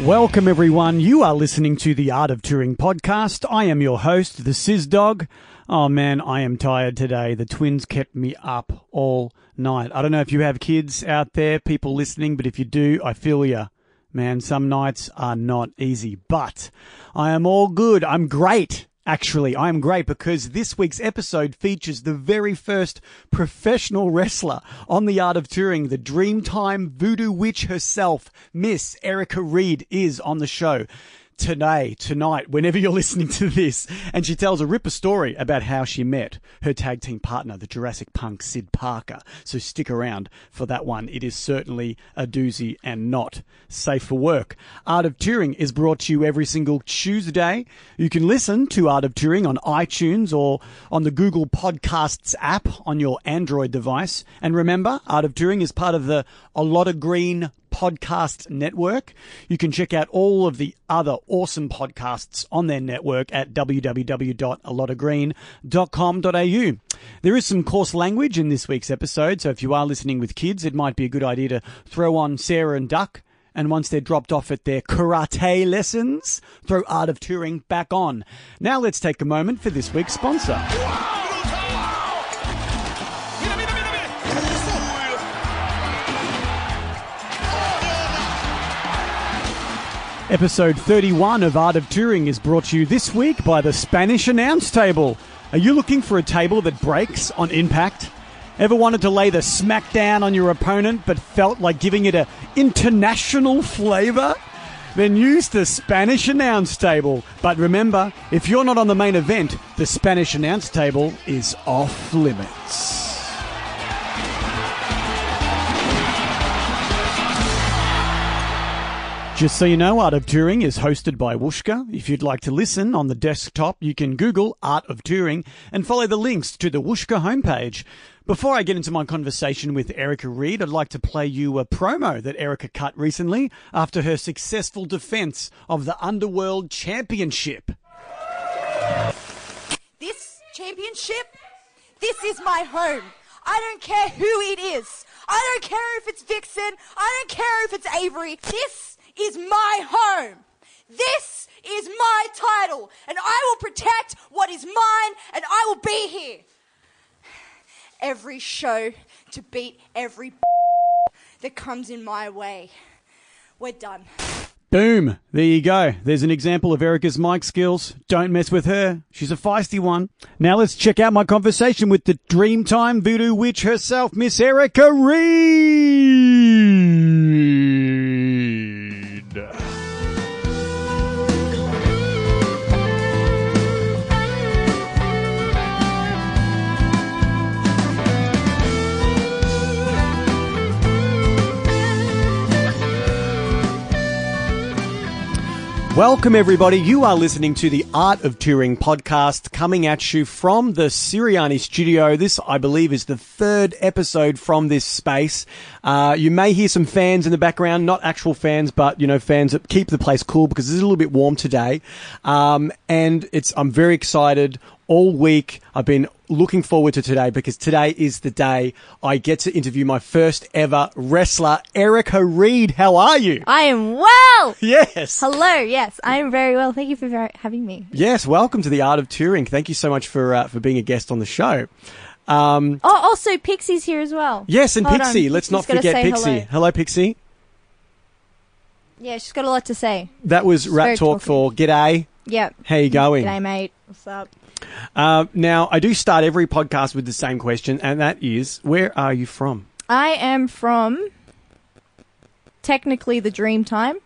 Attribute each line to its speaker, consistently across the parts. Speaker 1: Welcome, everyone. You are listening to the Art of Touring podcast. I am your host, the Sizz Dog. Oh man, I am tired today. The twins kept me up all night. I don't know if you have kids out there, people listening, but if you do, I feel you. Man, some nights are not easy, but I am all good. I'm great. Actually, I am great because this week's episode features the very first professional wrestler on the art of touring. The Dreamtime voodoo witch herself, Miss Erica Reed, is on the show today, tonight, whenever you're listening to this. And she tells a ripper story about how she met her tag team partner, the Jurassic Punk Sid Parker. So stick around for that one. It is certainly a doozy and not safe for work. Art of Touring is brought to you every single Tuesday. You can listen to Art of Touring on iTunes or on the Google Podcasts app on your Android device. And remember, Art of Touring is part of the A Lot of Green podcast network. You can check out all of the other awesome podcasts on their network at www.alotogreen.com.au. There is some coarse language in this week's episode, so if you are listening with kids, it might be a good idea to throw on Sarah and Duck. And once they're dropped off at their karate lessons, throw Art of Touring back on. Now let's take a moment for this week's sponsor.
Speaker 2: Mira, mira, mira, mira.
Speaker 1: Episode 31 of Art of Touring is brought to you this week by the Spanish Announce Table. Are you looking for a table that breaks on impact? Ever wanted to lay the smackdown on your opponent but felt like giving it a international flavor? Then use the Spanish Announce Table. But remember, if you're not on the main event, the Spanish Announce Table is off limits. Just so you know, Art of Touring is hosted by Wooshka. If you'd like to listen on the desktop, you can Google Art of Touring and follow the links to the Wooshka homepage. Before I get into my conversation with Erica Reed, I'd like to play you a promo that Erica cut recently after her successful defense of the Underworld Championship.
Speaker 3: this championship, this is my home. I don't care who it is. I don't care if it's Vixen. I don't care if it's Avery. This is my home. This is my title. And I will protect what is mine and I will be here. Every show to beat every that comes in my way. We're done.
Speaker 1: Boom! There you go. There's an example of Erica's mic skills. Don't mess with her. She's a feisty one. Now let's check out my conversation with the Dreamtime Voodoo Witch herself, Miss Erica Reed. Welcome, everybody. You are listening to the Art of Touring podcast coming at you from the Siriani studio. This, I believe, is the third episode from this space. Uh, you may hear some fans in the background, not actual fans, but, you know, fans that keep the place cool because it's a little bit warm today. Um, and it's, I'm very excited all week. I've been looking forward to today because today is the day I get to interview my first ever wrestler, Erica Reed. How are you?
Speaker 4: I am well.
Speaker 1: Yes.
Speaker 4: Hello. Yes, I am very well. Thank you for ver- having me.
Speaker 1: Yes, welcome to the Art of Touring. Thank you so much for uh, for being a guest on the show. Um,
Speaker 4: Oh, also Pixie's here as well.
Speaker 1: yes, and
Speaker 4: Hold on.
Speaker 1: Pixie. Let's
Speaker 4: She's
Speaker 1: not
Speaker 4: gotta
Speaker 1: forget
Speaker 4: say
Speaker 1: Pixie.
Speaker 4: hello.
Speaker 1: Pixie.
Speaker 4: Yeah, she's got a lot to say.
Speaker 1: That was Rat
Speaker 4: very
Speaker 1: Talk for G'day.
Speaker 4: Yep.
Speaker 1: How you going?
Speaker 4: G'day, mate. What's up?
Speaker 1: Uh, now, I do start every podcast with the same question, and that is, where are you from?
Speaker 4: I am from technically the dream time,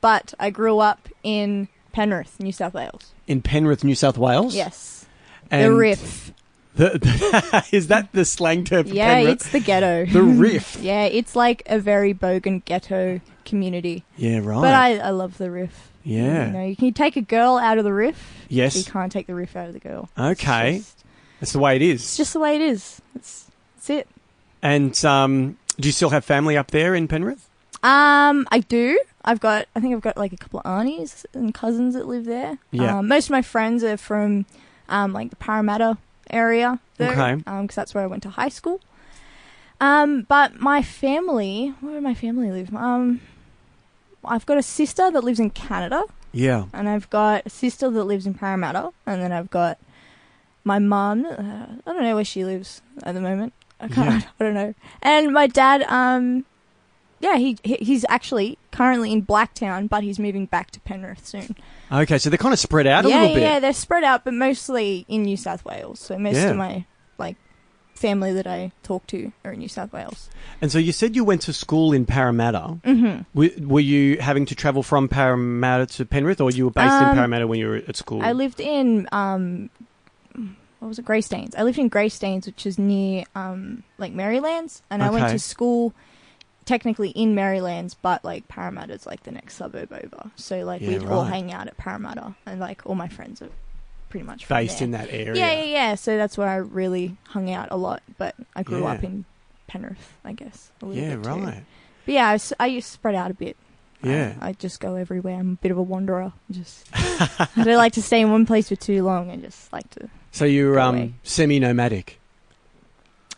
Speaker 4: but I grew up in Penrith, New South Wales.
Speaker 1: In Penrith, New South Wales.
Speaker 4: Yes.
Speaker 1: and
Speaker 4: the riff.
Speaker 1: the- is that the slang term for
Speaker 4: Yeah,
Speaker 1: Penrith?
Speaker 4: it's the ghetto.
Speaker 1: the riff.
Speaker 4: yeah, it's like a very bogan ghetto community.
Speaker 1: Yeah, right.
Speaker 4: But I, I love the riff.
Speaker 1: Yeah.
Speaker 4: You know, you can take a girl out of the riff.
Speaker 1: Yes.
Speaker 4: You can't take the riff out of the girl.
Speaker 1: Okay.
Speaker 4: It's just,
Speaker 1: That's the way it is.
Speaker 4: it's just the way it is. It's, it's it.
Speaker 1: and um, do you still have family up there in Penrith?
Speaker 4: Um, I do. I've got, I think I've got like a couple of aunties and cousins that live there.
Speaker 1: Yeah.
Speaker 4: Um, most of my friends are from, um, like the Parramatta area. Though,
Speaker 1: Okay.
Speaker 4: Um, cause that's where I went to high school. Um, but my family, where did my family live? Um, I've got a sister that lives in Canada,
Speaker 1: Yeah.
Speaker 4: and I've got a sister that lives in Parramatta, and then I've got my mum. Uh, I don't know where she lives at the moment. I can't. I don't know. And my dad. Um, yeah, he he- he's actually currently in Blacktown, but he's moving back to Penrith soon.
Speaker 1: Okay, so they're kind of spread out a
Speaker 4: yeah,
Speaker 1: little
Speaker 4: yeah,
Speaker 1: bit.
Speaker 4: yeah, they're spread out, but mostly in New South Wales. So most
Speaker 1: Yeah.
Speaker 4: of my like family that I talk to are in New South Wales.
Speaker 1: And so you said you went to school in Parramatta. Mm-hmm. Were, were you having to travel from Parramatta to Penrith, or you were based in
Speaker 4: Um,
Speaker 1: Parramatta when you were at school?
Speaker 4: I lived in um, what was it, Greystanes? I lived in Greystanes, which is near um, like Marylands, and I went
Speaker 1: Okay.
Speaker 4: to school technically in Marylands, but like Parramatta's like the next suburb over. So like
Speaker 1: Yeah,
Speaker 4: we'd all
Speaker 1: right.
Speaker 4: hang out at Parramatta, and like all my friends are pretty much from
Speaker 1: based
Speaker 4: there.
Speaker 1: in that area.
Speaker 4: Yeah, yeah, yeah. So that's where I really hung out a lot. But I grew
Speaker 1: Yeah.
Speaker 4: up in Penrith, I guess. A little
Speaker 1: Yeah,
Speaker 4: bit too.
Speaker 1: right.
Speaker 4: But yeah, I, s- I used to spread out a bit. I-
Speaker 1: Yeah.
Speaker 4: I, just go everywhere. I'm a bit of a wanderer. I Just I don't like to stay in one place for too long. I just like to.
Speaker 1: So you were
Speaker 4: Go away.
Speaker 1: um, semi-nomadic.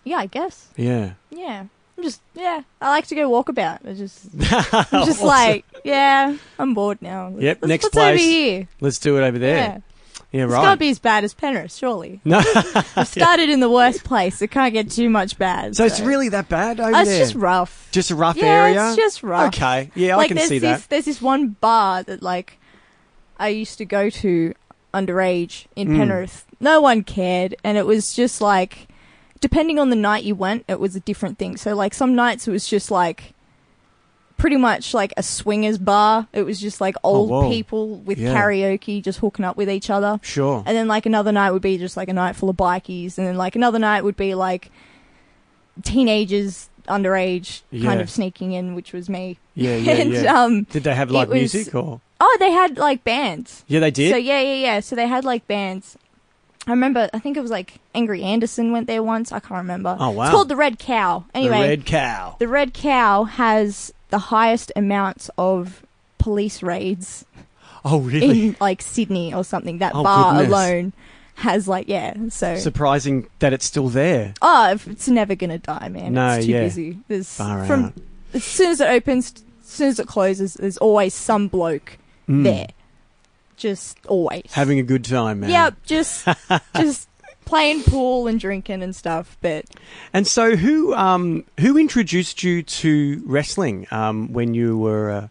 Speaker 4: Yeah, I guess.
Speaker 1: Yeah.
Speaker 4: Yeah. I'm just yeah. I like to go walk about. I just I'm just
Speaker 1: Awesome.
Speaker 4: like yeah. I'm bored now. Let's-
Speaker 1: Yep,
Speaker 4: Let's,
Speaker 1: next
Speaker 4: what's
Speaker 1: place.
Speaker 4: over here.
Speaker 1: Let's do it over
Speaker 4: Yeah.
Speaker 1: there. Yeah,
Speaker 4: It's got to
Speaker 1: right.
Speaker 4: be as bad as Penrith, surely.
Speaker 1: no.
Speaker 4: I've started in the worst place. It can't get too much bad.
Speaker 1: so it's really that bad over
Speaker 4: Oh, it's
Speaker 1: there.
Speaker 4: just rough.
Speaker 1: Just a rough
Speaker 4: yeah,
Speaker 1: area.
Speaker 4: it's just rough.
Speaker 1: Okay. Yeah,
Speaker 4: like
Speaker 1: I can
Speaker 4: there's
Speaker 1: see
Speaker 4: this,
Speaker 1: that.
Speaker 4: There's this one bar that like I used to go to underage in
Speaker 1: Mm.
Speaker 4: Penrith. No one cared, and it was just like depending on the night you went, it was a different thing. So like some nights it was just like pretty much like a swingers bar. It was just like old
Speaker 1: Oh, whoa.
Speaker 4: people with
Speaker 1: Yeah.
Speaker 4: karaoke just hooking up with each other.
Speaker 1: Sure.
Speaker 4: And then like another night would be just like a night full of bikies, and then like another night would be like teenagers underage
Speaker 1: Yeah.
Speaker 4: kind of sneaking in, which was me.
Speaker 1: Yeah, yeah,
Speaker 4: and
Speaker 1: yeah.
Speaker 4: um,
Speaker 1: Did they have live
Speaker 4: it was-
Speaker 1: music or?
Speaker 4: oh, they had like bands.
Speaker 1: Yeah, they did.
Speaker 4: So yeah, yeah, yeah. So they had like bands. I remember. I think it was like Angry Anderson went there once. I can't remember.
Speaker 1: Oh, wow.
Speaker 4: It's called the Red Cow.
Speaker 1: the
Speaker 4: Anyway,
Speaker 1: red cow.
Speaker 4: the Red Cow has the highest amounts of police raids
Speaker 1: Oh, really?
Speaker 4: in like Sydney or something. That
Speaker 1: Oh,
Speaker 4: bar
Speaker 1: goodness.
Speaker 4: alone has like yeah. So
Speaker 1: Surprising that it's still there.
Speaker 4: Oh, if- it's never gonna die, man.
Speaker 1: No,
Speaker 4: it's too
Speaker 1: yeah.
Speaker 4: busy. There's
Speaker 1: Far
Speaker 4: from
Speaker 1: out.
Speaker 4: as soon as it opens, as soon as it closes, there's always some bloke
Speaker 1: Mm.
Speaker 4: there, just always
Speaker 1: Having a good time, man.
Speaker 4: Yep, just just playing pool and drinking and stuff. But
Speaker 1: And so, who um, who introduced you to wrestling um, when you were uh,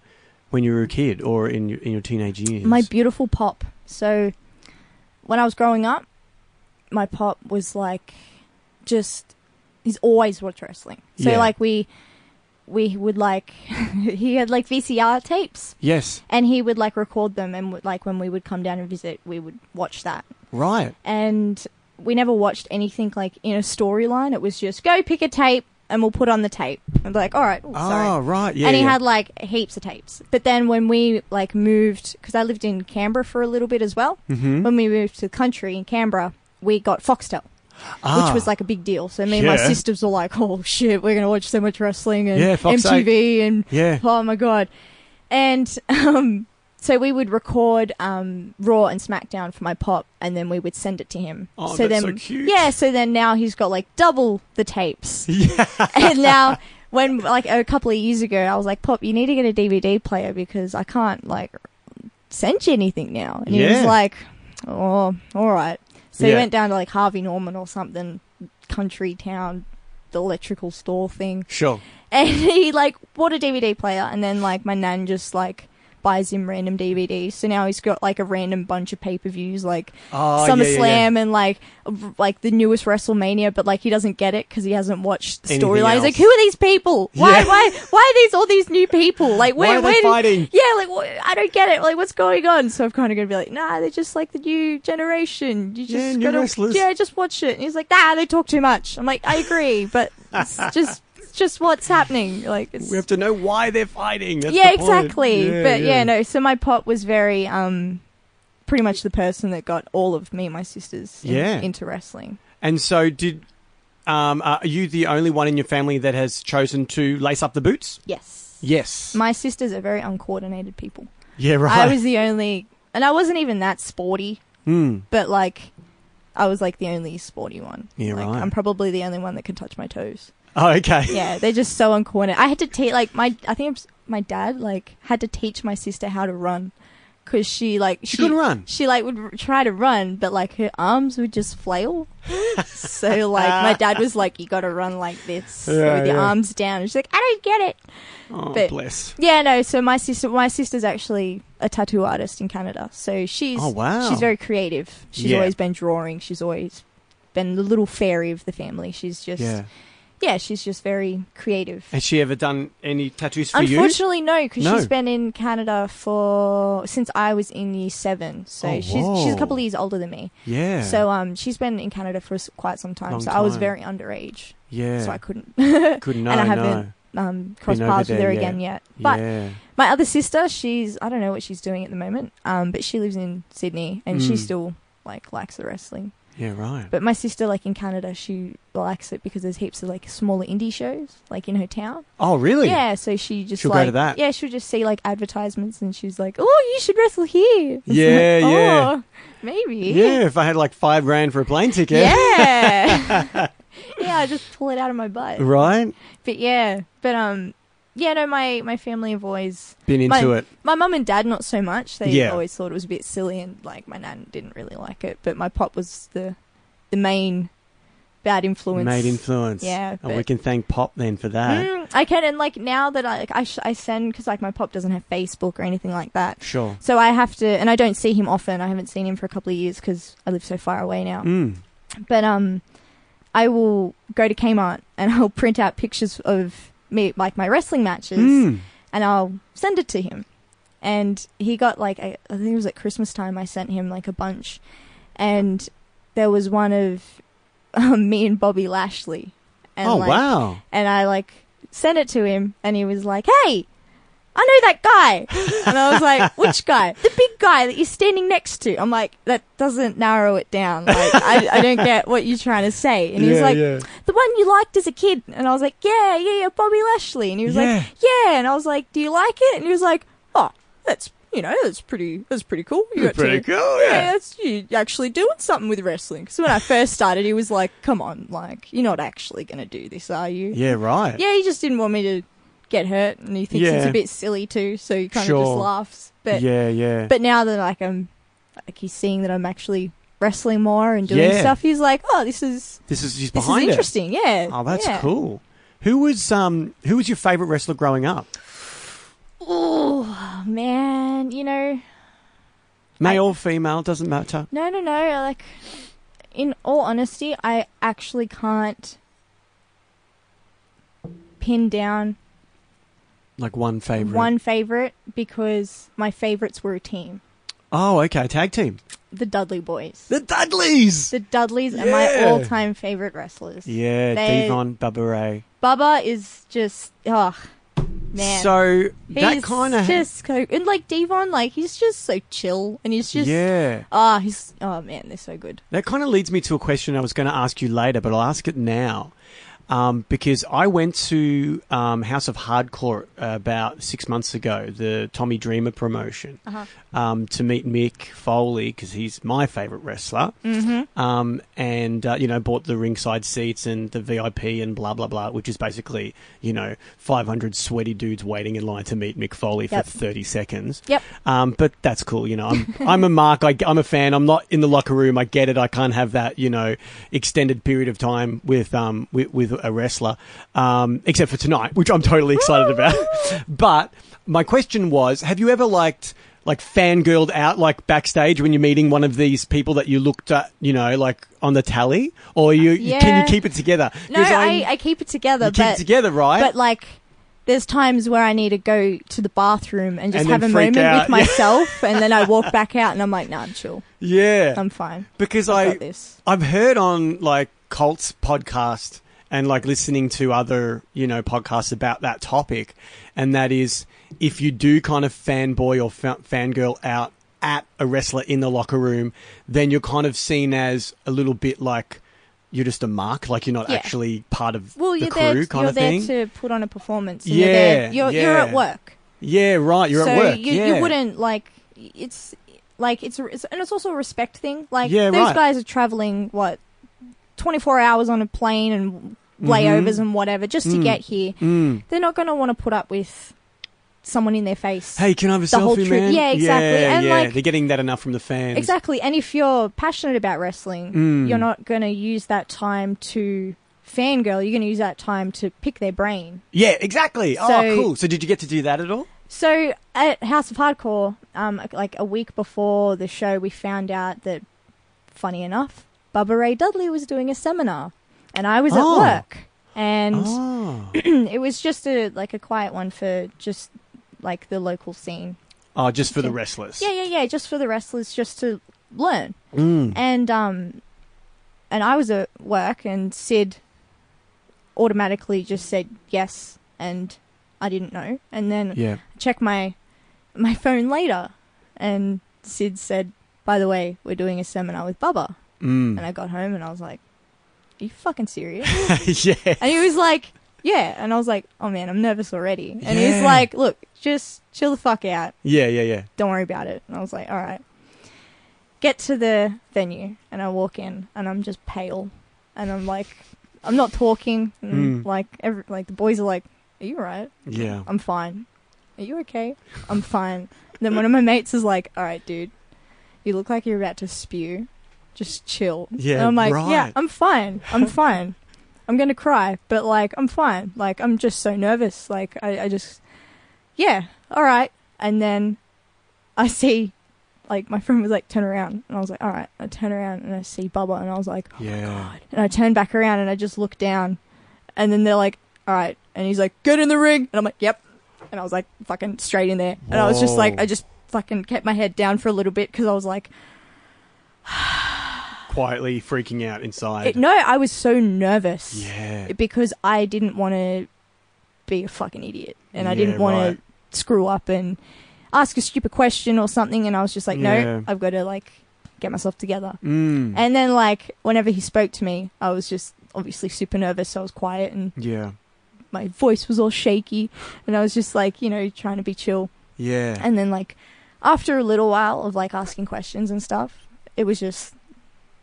Speaker 1: when you were a kid or in your, in your teenage years?
Speaker 4: my beautiful pop. So when I was growing up, my pop was like just he's always watched wrestling. So
Speaker 1: Yeah.
Speaker 4: like we we would like he had like VCR tapes.
Speaker 1: yes,
Speaker 4: and he would like record them and would, like when we would come down and visit we would watch that
Speaker 1: right.
Speaker 4: and we never watched anything like in a storyline it was just go pick a tape and we'll put on the tape and be like all right oh,
Speaker 1: Oh,
Speaker 4: sorry
Speaker 1: right. Yeah.
Speaker 4: and he
Speaker 1: yeah.
Speaker 4: had like heaps of tapes but then when we like moved because i lived in canberra for a little bit as well
Speaker 1: Mhm.
Speaker 4: when we moved to the country in canberra we got foxtel
Speaker 1: Ah,
Speaker 4: which was like a big deal. So me and my
Speaker 1: Yeah.
Speaker 4: sisters were like, "Oh shit, we're gonna watch so much wrestling and
Speaker 1: Yeah, Fox
Speaker 4: MTV and
Speaker 1: Yeah.
Speaker 4: oh my god!" And um, so we would record um, Raw and SmackDown for my pop, and then we would send it to him.
Speaker 1: Oh,
Speaker 4: so
Speaker 1: that's
Speaker 4: then,
Speaker 1: so cute.
Speaker 4: yeah. So then now he's got like double the tapes,
Speaker 1: yeah.
Speaker 4: and now. When like a couple of years ago, I was like, "Pop, you need to get a DVD player because I can't like send you anything now." And he
Speaker 1: Yeah.
Speaker 4: was like, "Oh, all right." So
Speaker 1: Yeah.
Speaker 4: he went down to like Harvey Norman or something, country town, the electrical store thing.
Speaker 1: Sure.
Speaker 4: And he like bought a DVD player and then like my nan just like buys him random DVDs. So now he's got like a random bunch of pay-per-views like
Speaker 1: Oh, yeah,
Speaker 4: SummerSlam
Speaker 1: yeah, yeah.
Speaker 4: and like r- like the newest WrestleMania, but like he doesn't get it because he hasn't watched the
Speaker 1: Anything
Speaker 4: storyline.
Speaker 1: else.
Speaker 4: He's like, who are these people? Why
Speaker 1: Yeah.
Speaker 4: why why are these all these new people? Like
Speaker 1: Why
Speaker 4: where
Speaker 1: are they
Speaker 4: where did-
Speaker 1: fighting?
Speaker 4: Yeah, like wh- I don't get it. Like what's going on? So I'm kind of gonna be like, nah, they're just like the new generation. You
Speaker 1: Yeah,
Speaker 4: just
Speaker 1: new
Speaker 4: gotta
Speaker 1: wrestlers.
Speaker 4: yeah, just watch it. And he's like, nah, they talk too much. I'm like, I agree, but it's just it's just what's happening. Like it's,
Speaker 1: We have to know why they're fighting. That's
Speaker 4: yeah,
Speaker 1: the point.
Speaker 4: exactly. but yeah. no. So my pop was very, um, pretty much the person that got all of me and my sisters in-
Speaker 1: Yeah.
Speaker 4: into wrestling.
Speaker 1: And so, did um, are you the only one in your family that has chosen to lace up the boots?
Speaker 4: Yes,
Speaker 1: Yes.
Speaker 4: my sisters are very uncoordinated people.
Speaker 1: yeah. Right.
Speaker 4: I was the only, and I wasn't even that sporty,
Speaker 1: Hmm.
Speaker 4: but like, I was like the only sporty one.
Speaker 1: Yeah,
Speaker 4: like,
Speaker 1: right.
Speaker 4: I'm probably the only one that can touch my toes.
Speaker 1: Oh, okay.
Speaker 4: Yeah, they're just so uncoordinated. I had to teach like my I think I'm, s- my dad like had to teach my sister how to run because she like
Speaker 1: She couldn't run.
Speaker 4: She like would r- try to run, but like her arms would just flail. so like my dad was like, "You got to run like this
Speaker 1: Yeah,
Speaker 4: with your
Speaker 1: yeah.
Speaker 4: arms down." And she's like, "I don't get it."
Speaker 1: Oh,
Speaker 4: But-
Speaker 1: bless.
Speaker 4: Yeah, no. So my sister, my sister's actually a tattoo artist in Canada. So she's
Speaker 1: Oh, wow.
Speaker 4: she's very creative. She's
Speaker 1: Yeah.
Speaker 4: always been drawing. She's always been the little fairy of the family. She's just
Speaker 1: Yeah.
Speaker 4: yeah, she's just very creative.
Speaker 1: Has she ever done any tattoos for you?
Speaker 4: Unfortunately, no, because
Speaker 1: No.
Speaker 4: she's been in Canada for since I was in year seven. So
Speaker 1: Oh,
Speaker 4: she's she's a couple
Speaker 1: whoa.
Speaker 4: of years older than me.
Speaker 1: Yeah.
Speaker 4: So um, she's been in Canada for s- quite some time.
Speaker 1: Long
Speaker 4: so I was
Speaker 1: time.
Speaker 4: very underage,
Speaker 1: yeah.
Speaker 4: so I couldn't
Speaker 1: Couldn't know.
Speaker 4: and
Speaker 1: No.
Speaker 4: I haven't- um cross
Speaker 1: over
Speaker 4: paths with
Speaker 1: there
Speaker 4: her
Speaker 1: yet.
Speaker 4: again yet. But
Speaker 1: yeah.
Speaker 4: my other sister, she's I don't know what she's doing at the moment. Um, but she lives in Sydney and she
Speaker 1: Mm.
Speaker 4: still like likes the wrestling.
Speaker 1: Yeah. Right.
Speaker 4: But my sister, like in Canada, she likes it because there's heaps of like smaller indie shows like in her town.
Speaker 1: oh, really?
Speaker 4: Yeah, so she just
Speaker 1: She'll go
Speaker 4: like
Speaker 1: to that.
Speaker 4: yeah, she'll just see like advertisements and she's like, oh, you should wrestle here. It's
Speaker 1: Yeah,
Speaker 4: like,
Speaker 1: yeah.
Speaker 4: "Oh, maybe.
Speaker 1: Yeah. If I had like five grand for a plane ticket.
Speaker 4: yeah. Yeah, I just pull it out of my butt.
Speaker 1: Right.
Speaker 4: But yeah, but um, yeah, no, my my family have always
Speaker 1: Been
Speaker 4: my,
Speaker 1: into it.
Speaker 4: My mum and dad not so much. They
Speaker 1: Yeah.
Speaker 4: always thought it was a bit silly, and like my nan didn't really like it. But my pop was the the main bad influence.
Speaker 1: Made influence.
Speaker 4: Yeah,
Speaker 1: And we
Speaker 4: but-
Speaker 1: can thank Pop then for that.
Speaker 4: Mm, I can, and like now that I like, I, sh- I send because like my pop doesn't have Facebook or anything like that,
Speaker 1: Sure.
Speaker 4: so I have to, and I don't see him often. I haven't seen him for a couple of years because I live so far away now.
Speaker 1: Mm.
Speaker 4: But um, I will go to Kmart and I'll print out pictures of me like my wrestling matches,
Speaker 1: Mm.
Speaker 4: and I'll send it to him. And he got like a, I think it was at Christmas time. I sent him like a bunch, and there was one of um, me and Bobby Lashley. And,
Speaker 1: Oh
Speaker 4: like,
Speaker 1: wow.
Speaker 4: and I like sent it to him, and he was like, "Hey, I know that guy," and I was like, "Which guy? The big guy that you're standing next to?" I'm like, "That doesn't narrow it down. Like, I, I don't get what you're trying to say." And he was like, "The one you liked as a kid," and I was like, "Yeah, yeah, yeah, Bobby Lashley," and he was
Speaker 1: Yeah.
Speaker 4: like, "Yeah," and I was like, "Do you like it?" And he was like, "Oh, that's." You know, that's pretty. That's pretty cool. You got
Speaker 1: Pretty
Speaker 4: to,
Speaker 1: cool, yeah.
Speaker 4: that's you actually doing something with wrestling. Because when I first started, he was like, "Come on, like you're not actually going to do this, are you?"
Speaker 1: Yeah. Right.
Speaker 4: yeah, he just didn't want me to get hurt, and he thinks it's
Speaker 1: Yeah.
Speaker 4: a bit silly too, so he kind of
Speaker 1: Sure.
Speaker 4: just laughs. But
Speaker 1: yeah. Yeah.
Speaker 4: but now that like I'm like he's seeing that I'm actually wrestling more and doing
Speaker 1: Yeah.
Speaker 4: stuff, he's like, oh, this is
Speaker 1: this is she's
Speaker 4: this
Speaker 1: behind
Speaker 4: is
Speaker 1: it.
Speaker 4: interesting, yeah.
Speaker 1: Oh, that's
Speaker 4: yeah.
Speaker 1: cool. Who was um who was your favorite wrestler growing up?
Speaker 4: Oh man, you know,
Speaker 1: Male, female, doesn't matter.
Speaker 4: no, no, no. Like, in all honesty, I actually can't pin down
Speaker 1: Like one favorite.
Speaker 4: one favorite because my favorites were a team,
Speaker 1: Oh, okay. Tag team.
Speaker 4: the Dudley Boys.
Speaker 1: The Dudleys.
Speaker 4: The Dudleys are
Speaker 1: Yeah.
Speaker 4: my all-time favorite wrestlers.
Speaker 1: yeah,
Speaker 4: They-
Speaker 1: Devon Bubba Ray.
Speaker 4: Bubba is just oh man.
Speaker 1: So that
Speaker 4: He's
Speaker 1: kind of
Speaker 4: just co- and like Devon, like he's just so chill and he's just
Speaker 1: yeah.
Speaker 4: ah he's oh man they're so good.
Speaker 1: That kind of leads me to a question I was going to ask you later, but I'll ask it now. Um, because I went to um, House of Hardcore about six months ago, the Tommy Dreamer promotion, um, to meet Mick Foley because he's my favorite wrestler. Mm-hmm. Um, and, uh, you know, bought the ringside seats and the VIP and blah, blah, blah, which is basically, you know, 500 sweaty dudes waiting in line to meet Mick Foley
Speaker 4: Yep.
Speaker 1: for 30 seconds.
Speaker 4: Yep.
Speaker 1: Um, but that's cool, you know. I'm I'm a mark. I, am a fan. I'm not in the locker room. I get it. I can't have that, you know, extended period of time with um with, with a wrestler, um, except for tonight, which I'm totally excited about. but my question was, have you ever liked like fangirled out like backstage when you're meeting one of these people that you looked at, you know, like on the tally, or you can
Speaker 4: Yeah.
Speaker 1: you keep it together?
Speaker 4: No,
Speaker 1: 'Cause I'm-
Speaker 4: I, I keep it together,
Speaker 1: you
Speaker 4: but
Speaker 1: keep it together, right?
Speaker 4: but like there's times where I need to go to the bathroom and just
Speaker 1: And
Speaker 4: have a
Speaker 1: then freak
Speaker 4: moment
Speaker 1: out,
Speaker 4: with
Speaker 1: yeah.
Speaker 4: myself, and then I walk back out and I'm like, nah, I'm chill,
Speaker 1: yeah,
Speaker 4: I'm fine.
Speaker 1: because
Speaker 4: I've
Speaker 1: I
Speaker 4: got this.
Speaker 1: I've heard on like Colt's podcast and like listening to other, you know, podcasts about that topic. And that is if you do kind of fanboy or fa- fangirl out at a wrestler in the locker room, then you're kind of seen as a little bit like you're just a mark, like you're not
Speaker 4: Yeah.
Speaker 1: actually part of
Speaker 4: Well,
Speaker 1: the
Speaker 4: you're
Speaker 1: crew
Speaker 4: there.
Speaker 1: kind
Speaker 4: you're
Speaker 1: of thing.
Speaker 4: there to put on a performance. And you're there-
Speaker 1: Yeah,
Speaker 4: you're, you're
Speaker 1: yeah.
Speaker 4: at work.
Speaker 1: yeah, right. You're
Speaker 4: so
Speaker 1: at work.
Speaker 4: You,
Speaker 1: yeah.
Speaker 4: you wouldn't like it's like it's, it's and it's also a respect thing. Like
Speaker 1: Yeah,
Speaker 4: those
Speaker 1: right.
Speaker 4: guys are traveling what twenty four hours on a plane and layovers and whatever just to
Speaker 1: Mm-hmm. Mm.
Speaker 4: get here.
Speaker 1: Mm.
Speaker 4: They're not going to want to put up with someone in their face.
Speaker 1: Hey, can I have a
Speaker 4: The
Speaker 1: selfie,
Speaker 4: whole trip-
Speaker 1: man?
Speaker 4: yeah, exactly.
Speaker 1: Yeah,
Speaker 4: And,
Speaker 1: yeah.
Speaker 4: like-
Speaker 1: they're getting that enough from the fans.
Speaker 4: Exactly. And if you're passionate about wrestling,
Speaker 1: Mm.
Speaker 4: you're not going to use that time to fangirl. You're going to use that time to pick their brain.
Speaker 1: Yeah, exactly. oh,
Speaker 4: So-
Speaker 1: cool. So did you get to do that at all?
Speaker 4: So at House of Hardcore, um, like a week before the show, we found out that, funny enough, Bubba Ray Dudley was doing a seminar, and I was
Speaker 1: Oh.
Speaker 4: at work, and
Speaker 1: Oh.
Speaker 4: it was just a like a quiet one for just like the local scene.
Speaker 1: oh, just for the
Speaker 4: Okay.
Speaker 1: restless.
Speaker 4: Yeah, yeah, yeah, just for the wrestlers, just to learn.
Speaker 1: Mm.
Speaker 4: and um and I was at work and Sid automatically just said yes and I didn't know and then
Speaker 1: Yeah.
Speaker 4: I checked my my phone later and Sid said by the way we're doing a seminar with Bubba
Speaker 1: Mm.
Speaker 4: and I got home and I was like are you fucking serious
Speaker 1: yeah.
Speaker 4: and he was like yeah and I was like oh man I'm nervous already and he was
Speaker 1: Yeah.
Speaker 4: like look just chill the fuck out
Speaker 1: Yeah, yeah, yeah.
Speaker 4: don't worry about it. And I was like, all right. Get to the venue, and I walk in, and I'm just pale, and I'm like, I'm not talking, and
Speaker 1: Mm.
Speaker 4: like every like the boys are like, are you all right?
Speaker 1: Yeah.
Speaker 4: I'm fine. Are you okay? I'm fine. then one of my mates is like, all right, dude, you look like you're about to spew. Just chill.
Speaker 1: Yeah,
Speaker 4: And I'm like, yeah,
Speaker 1: right.
Speaker 4: I'm fine. I'm fine. I'm gonna cry, but like, I'm fine. Like, I'm just so nervous. Like, I, I just, yeah, all right. And then I see, like, my friend was like, turn around, and I was like, all right. I turn around and I see Bubba, and I was like,
Speaker 1: Yeah.
Speaker 4: and I turn back around and I just look down, and then they're like, "All right," and he's like, "Get in the ring," and I'm like, "Yep," and I was like, fucking straight in there, and I was just like,
Speaker 1: Whoa.
Speaker 4: I just fucking kept my head down for a little bit because I was like,
Speaker 1: Quietly freaking out inside.
Speaker 4: it, no, I was so nervous
Speaker 1: yeah.
Speaker 4: because I didn't want to be a fucking idiot, and I
Speaker 1: Yeah,
Speaker 4: didn't want
Speaker 1: right.
Speaker 4: to screw up and ask a stupid question or something, and I was just like,
Speaker 1: Yeah.
Speaker 4: no, I've got to like get myself together.
Speaker 1: Mm.
Speaker 4: And then like whenever he spoke to me, I was just obviously super nervous, so I was quiet and
Speaker 1: yeah.
Speaker 4: my voice was all shaky and I was just like, you know, trying to be chill.
Speaker 1: Yeah.
Speaker 4: And then like after a little while of like asking questions and stuff, it was just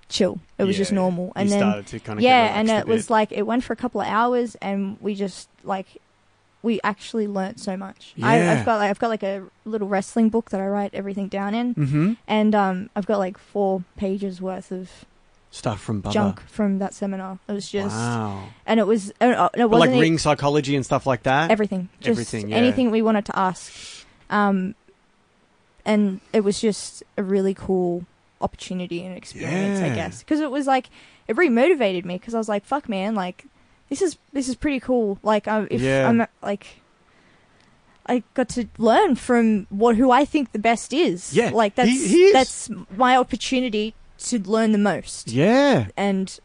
Speaker 4: chill. It was just
Speaker 1: Yeah.
Speaker 4: normal. And
Speaker 1: you
Speaker 4: then
Speaker 1: started to kind of
Speaker 4: yeah,
Speaker 1: get
Speaker 4: and
Speaker 1: relaxed
Speaker 4: it
Speaker 1: a
Speaker 4: was
Speaker 1: bit.
Speaker 4: like it went for a couple of hours and we just like we actually learnt so much. I,
Speaker 1: Yeah.
Speaker 4: I've got like I've got like a little wrestling book that I write everything down in,
Speaker 1: mm-hmm.
Speaker 4: and um, I've got like four pages worth of
Speaker 1: stuff from Bubba.
Speaker 4: junk from that seminar. It was just,
Speaker 1: wow.
Speaker 4: and it was, and, uh, it
Speaker 1: But like
Speaker 4: wasn't e-
Speaker 1: ring psychology and stuff like that.
Speaker 4: everything, just
Speaker 1: Everything, yeah.
Speaker 4: anything we wanted to ask. Um, and it was just a really cool opportunity and experience, I
Speaker 1: Yeah.
Speaker 4: guess, because it was like it remotivated me because I was like, "Fuck, man! Like, this is this is pretty cool. Like, I, if
Speaker 1: Yeah.
Speaker 4: I'm like." I got to learn from what who I think the best is.
Speaker 1: Yeah,
Speaker 4: like that's
Speaker 1: he- he is.
Speaker 4: that's my opportunity to learn the most
Speaker 1: yeah.
Speaker 4: and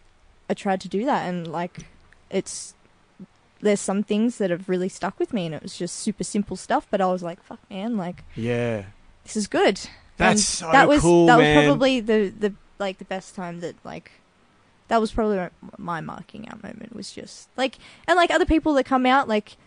Speaker 4: I tried to do that and like it's there's some things that have really stuck with me and it was just super simple stuff but I was like fuck man like
Speaker 1: Yeah.
Speaker 4: this is good And
Speaker 1: That's so
Speaker 4: that was
Speaker 1: cool,
Speaker 4: that
Speaker 1: man.
Speaker 4: was probably the the like the best time that like that was probably my- my marking out moment was just like and like other people that come out like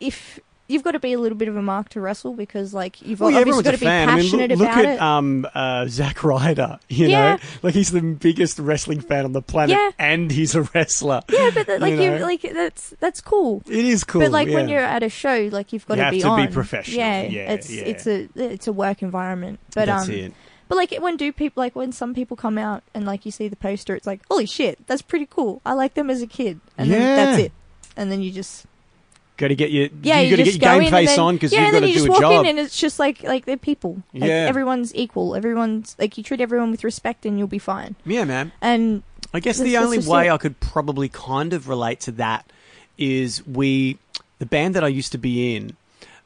Speaker 4: if you've got to be a little bit of a mark to wrestle because like you've
Speaker 1: Well, yeah,
Speaker 4: obviously
Speaker 1: everyone's
Speaker 4: got
Speaker 1: a
Speaker 4: to be
Speaker 1: fan. I mean,
Speaker 4: passionate
Speaker 1: look, look
Speaker 4: about
Speaker 1: at
Speaker 4: it
Speaker 1: um uh Zack Ryder, you
Speaker 4: Yeah.
Speaker 1: know? Like he's the biggest wrestling fan on the planet
Speaker 4: Yeah.
Speaker 1: and he's a wrestler.
Speaker 4: yeah but that-
Speaker 1: you
Speaker 4: like you,
Speaker 1: know.
Speaker 4: like that's that's cool
Speaker 1: It is cool.
Speaker 4: But like when
Speaker 1: yeah.
Speaker 4: you're at a show, like you've got
Speaker 1: You
Speaker 4: to
Speaker 1: have
Speaker 4: be
Speaker 1: to be
Speaker 4: on.
Speaker 1: professional.
Speaker 4: Yeah,
Speaker 1: Yeah,
Speaker 4: it's
Speaker 1: yeah.
Speaker 4: it's a it's a work environment. But
Speaker 1: That's
Speaker 4: um,
Speaker 1: it.
Speaker 4: but like when do people like when some people come out and like you see the poster, it's like holy shit, that's pretty cool. I like them as a kid, and then that's
Speaker 1: Yeah.
Speaker 4: it. And then you just
Speaker 1: Got to get your
Speaker 4: yeah,
Speaker 1: you,
Speaker 4: you,
Speaker 1: got to get
Speaker 4: just
Speaker 1: your
Speaker 4: go
Speaker 1: game
Speaker 4: in
Speaker 1: face
Speaker 4: and then,
Speaker 1: on because
Speaker 4: yeah,
Speaker 1: you've
Speaker 4: and
Speaker 1: got
Speaker 4: then
Speaker 1: to
Speaker 4: you
Speaker 1: do
Speaker 4: just
Speaker 1: a
Speaker 4: walk
Speaker 1: job.
Speaker 4: in and it's just like like they're people. Like,
Speaker 1: Yeah.
Speaker 4: everyone's equal. Everyone's like you treat everyone with respect and you'll be fine.
Speaker 1: yeah, man.
Speaker 4: And
Speaker 1: I guess
Speaker 4: That's-
Speaker 1: the
Speaker 4: that's
Speaker 1: only
Speaker 4: just
Speaker 1: way
Speaker 4: it.
Speaker 1: I could probably kind of relate to that is we, the band that I used to be in,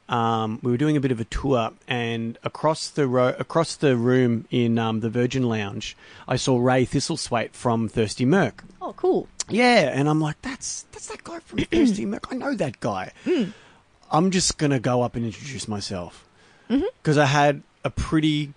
Speaker 1: um, we were doing a bit of a tour, and across the ro- across the room in um, the Virgin Lounge, I saw Ray Thistlethwaite from Thirsty Merc.
Speaker 4: oh, cool.
Speaker 1: Yeah, and I'm like, that's that's that guy from Thirsty Merc. I know that guy.
Speaker 4: Hmm.
Speaker 1: I'm just gonna go up and introduce myself
Speaker 4: Mm-hmm.
Speaker 1: because I had a pretty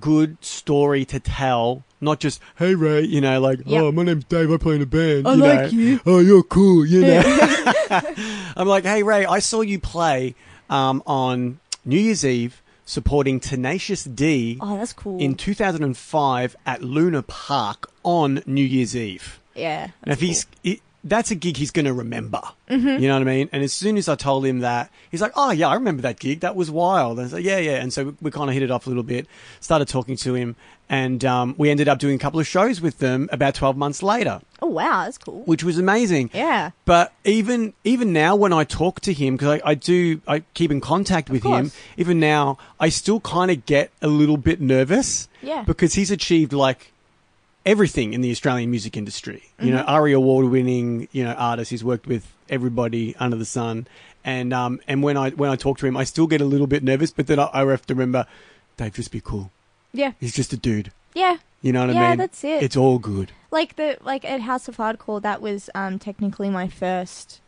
Speaker 1: good story to tell. Not just hey Ray, you know, like
Speaker 4: Yeah.
Speaker 1: oh my name's Dave, I play in a band.
Speaker 4: I
Speaker 1: you
Speaker 4: like
Speaker 1: know.
Speaker 4: you.
Speaker 1: Oh, you're cool. You know, I'm like hey Ray, I saw you play um, on New Year's Eve supporting Tenacious D
Speaker 4: Oh, that's cool.
Speaker 1: in 2005 at Luna Park on New Year's Eve.
Speaker 4: yeah.
Speaker 1: Now, if
Speaker 4: that's Mm-hmm.
Speaker 1: he's, it, that's a gig he's going to remember. You know what I mean? And as soon as I told him that, he's like, "Oh yeah, I remember that gig. That was wild." And I said, "Yeah, yeah." And so we, we kind of hit it off a little bit. Started talking to him, and um, we ended up doing a couple of shows with them about twelve months later,
Speaker 4: Oh wow, that's cool.
Speaker 1: which was amazing.
Speaker 4: Yeah.
Speaker 1: But even even now, when I talk to him, because I, I do, I keep in contact with him.
Speaker 4: course.
Speaker 1: Even now, I still kind of get a little bit nervous.
Speaker 4: Yeah.
Speaker 1: Because he's achieved like everything in the Australian music industry. You
Speaker 4: Mm-hmm.
Speaker 1: know, ARIA award winning, you know, artist. He's worked with everybody under the sun. And um and when I when I talk to him, I still get a little bit nervous. But then I, I have to remember, Dave, just be cool.
Speaker 4: Yeah.
Speaker 1: He's just a dude.
Speaker 4: Yeah.
Speaker 1: You know what I
Speaker 4: Yeah,
Speaker 1: mean?
Speaker 4: that's it.
Speaker 1: It's all good.
Speaker 4: Like the like at House of Hardcore, that was um, technically my first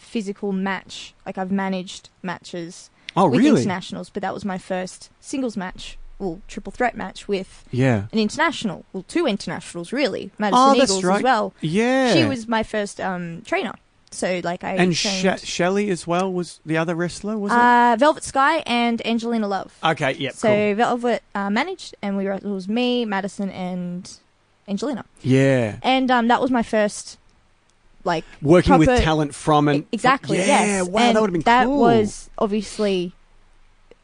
Speaker 4: physical match. Like I've managed matches
Speaker 1: Oh,
Speaker 4: with
Speaker 1: really?
Speaker 4: internationals, but that was my first singles match, well, triple threat match with
Speaker 1: Yeah.
Speaker 4: an international, well, two internationals really, Madison
Speaker 1: oh,
Speaker 4: Eagles
Speaker 1: that's right.
Speaker 4: as well.
Speaker 1: Yeah.
Speaker 4: She was my first um, trainer, so like I
Speaker 1: and
Speaker 4: trained,
Speaker 1: she- Shelley as well was the other wrestler, was it?
Speaker 4: uh, Velvet Sky and Angelina Love.
Speaker 1: Okay, yep,
Speaker 4: so
Speaker 1: cool.
Speaker 4: Velvet uh, managed, and we were, it was me, Madison, and Angelina,
Speaker 1: Yeah,
Speaker 4: and um, that was my first like
Speaker 1: working with
Speaker 4: proper-
Speaker 1: talent from and
Speaker 4: E- exactly.
Speaker 1: yeah,
Speaker 4: yes.
Speaker 1: wow,
Speaker 4: and
Speaker 1: that would have been
Speaker 4: that
Speaker 1: cool.
Speaker 4: was obviously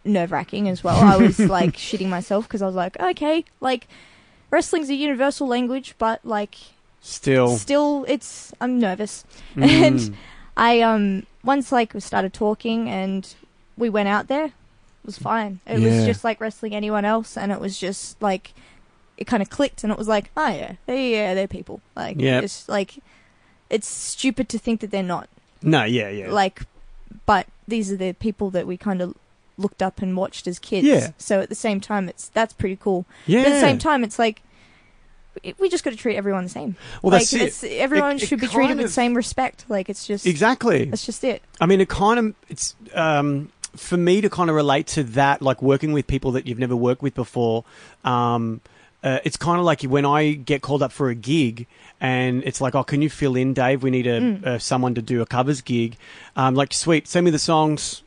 Speaker 4: nerve wracking as well. I was like shitting myself because I was like, okay, like wrestling's a universal language, but like
Speaker 1: still Mm.
Speaker 4: still, it's I'm nervous. And I um once like we started talking and we went out there, it was fine. It
Speaker 1: Yeah.
Speaker 4: was just like wrestling anyone else, and it was just like it kind of clicked, and it was like, oh yeah, they yeah, they're people. Like
Speaker 1: Yep.
Speaker 4: it's like it's stupid to think that they're not
Speaker 1: no, yeah, yeah,
Speaker 4: like but these are the people that we kind of looked up and watched as kids
Speaker 1: Yeah.
Speaker 4: so at the same time it's that's pretty cool
Speaker 1: yeah.
Speaker 4: but at the same time it's like it- we just got to treat everyone the same
Speaker 1: well,
Speaker 4: like
Speaker 1: that's it.
Speaker 4: it's- everyone
Speaker 1: It- it
Speaker 4: should be treated
Speaker 1: kind
Speaker 4: with
Speaker 1: of-
Speaker 4: the same respect like it's just
Speaker 1: Exactly.
Speaker 4: that's just it
Speaker 1: I mean, it kind of it's um, for me to kind of relate to that, like working with people that you've never worked with before. Um, uh, it's kind of like when I get called up for a gig, and it's like, "Oh, can you fill in, Dave? We need a
Speaker 4: Mm.
Speaker 1: uh, someone to do a covers gig." Um, like, sweet, send me the songs.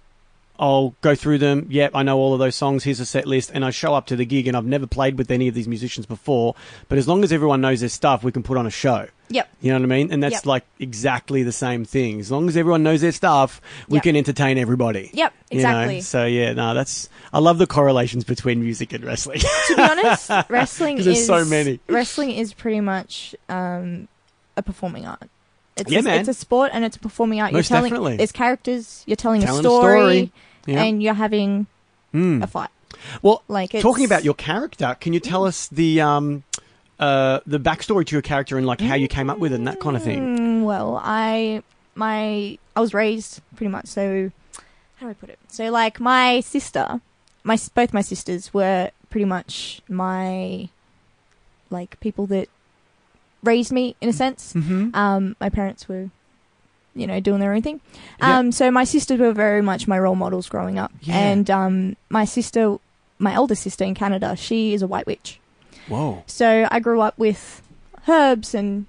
Speaker 1: I'll go through them. Yep, I know all of those songs. Here's a set list, and I show up to the gig, and I've never played with any of these musicians before. But as long as everyone knows their stuff, we can put on a show.
Speaker 4: yep
Speaker 1: You know what I mean? And that's
Speaker 4: Yep.
Speaker 1: like exactly the same thing. As long as everyone knows their stuff, we
Speaker 4: Yep.
Speaker 1: can entertain everybody.
Speaker 4: Yep,
Speaker 1: You know?
Speaker 4: exactly.
Speaker 1: So yeah, no, that's I love the correlations between music and wrestling.
Speaker 4: to be honest wrestling
Speaker 1: 'Cause there's
Speaker 4: is
Speaker 1: so many.
Speaker 4: wrestling is pretty much um a performing art it's,
Speaker 1: Yeah,
Speaker 4: a,
Speaker 1: man.
Speaker 4: it's a sport and it's a performing art
Speaker 1: Most
Speaker 4: you're telling
Speaker 1: definitely.
Speaker 4: there's characters you're telling,
Speaker 1: Telling a
Speaker 4: a story,
Speaker 1: story. Yeah.
Speaker 4: and you're having a fight
Speaker 1: Hmm. well,
Speaker 4: like it's- Mm.
Speaker 1: talking about your character, can you tell us the um uh the backstory to your character and like how you came up with it and that kind of thing?
Speaker 4: Mm, Well, I my I was raised pretty much so how do I put it? So like my sister, my s- both my sisters were pretty much my like people that raised me in a sense.
Speaker 1: Mm-hmm.
Speaker 4: Um, my parents were you know doing their own thing.
Speaker 1: Yeah.
Speaker 4: Um, so my sisters were very much my role models growing up,
Speaker 1: Yeah.
Speaker 4: and um, my sister, my elder sister in Canada, she is a white witch.
Speaker 1: Whoa.
Speaker 4: So I grew up with herbs and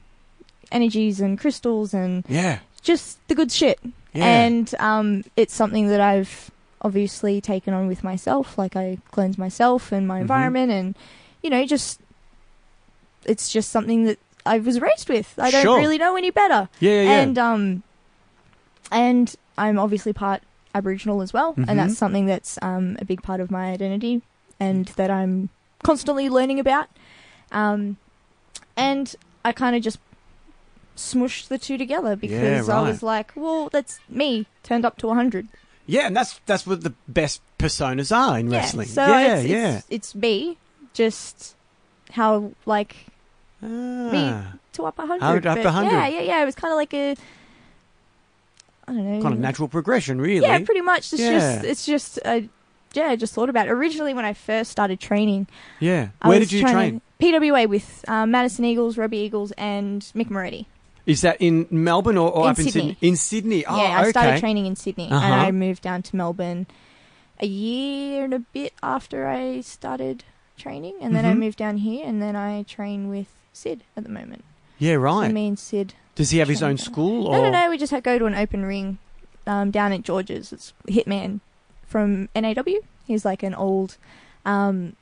Speaker 4: energies and crystals and
Speaker 1: Yeah.
Speaker 4: just the good shit.
Speaker 1: Yeah.
Speaker 2: Eh,
Speaker 4: And um, it's something that I've obviously taken on with myself. Like I cleanse myself and my
Speaker 1: Mhm.
Speaker 4: environment, and you know, just it's just something that I was raised with. I don't
Speaker 1: Sure.
Speaker 4: really know any better.
Speaker 1: yeah, yeah, yeah.
Speaker 4: And um, and I'm obviously part Aboriginal as well,
Speaker 1: Mhm.
Speaker 4: and that's something that's um, a big part of my identity, and that I'm constantly learning about. Um, and I kind of just smushed the two together because I
Speaker 1: right.
Speaker 4: was like, well, that's me turned up to 100.
Speaker 1: yeah, and that's that's what the best personas are in wrestling.
Speaker 4: Yeah, so
Speaker 1: yeah,
Speaker 4: it's,
Speaker 1: yeah.
Speaker 4: It's, it's me, just how like
Speaker 1: Ah,
Speaker 4: to up 100.
Speaker 1: How to up
Speaker 4: but
Speaker 1: 100.
Speaker 4: Yeah, yeah, yeah. It was kind of like a I don't know,
Speaker 1: kind of natural progression, really.
Speaker 4: Yeah, pretty much. It's
Speaker 1: Yeah.
Speaker 4: just it's just uh, yeah, I just thought about it. Originally, when I first started training,
Speaker 1: yeah.
Speaker 4: I
Speaker 1: Where
Speaker 4: was
Speaker 1: did you
Speaker 4: training
Speaker 1: train?
Speaker 4: PWA with um, Madison Eagles, Robbie Eagles, and Mick Moretti.
Speaker 1: Is that in Melbourne or, or
Speaker 4: In
Speaker 1: up in Sydney?
Speaker 4: Sydney.
Speaker 1: In Sydney. Oh,
Speaker 4: yeah, I
Speaker 1: okay.
Speaker 4: started training in Sydney,
Speaker 1: Uh-huh.
Speaker 4: and I moved down to Melbourne a year and a bit after I started training, and then I
Speaker 1: Mhm.
Speaker 4: moved down here, and then I train with Sid at the moment.
Speaker 1: Yeah,
Speaker 4: So
Speaker 1: right.
Speaker 4: me and Sid.
Speaker 1: Does he have his own
Speaker 4: trained.
Speaker 1: school? Or
Speaker 4: No, no, no. We just ha- go to an open ring um, down at George's. It's Hitman from NAW. He's like an old um,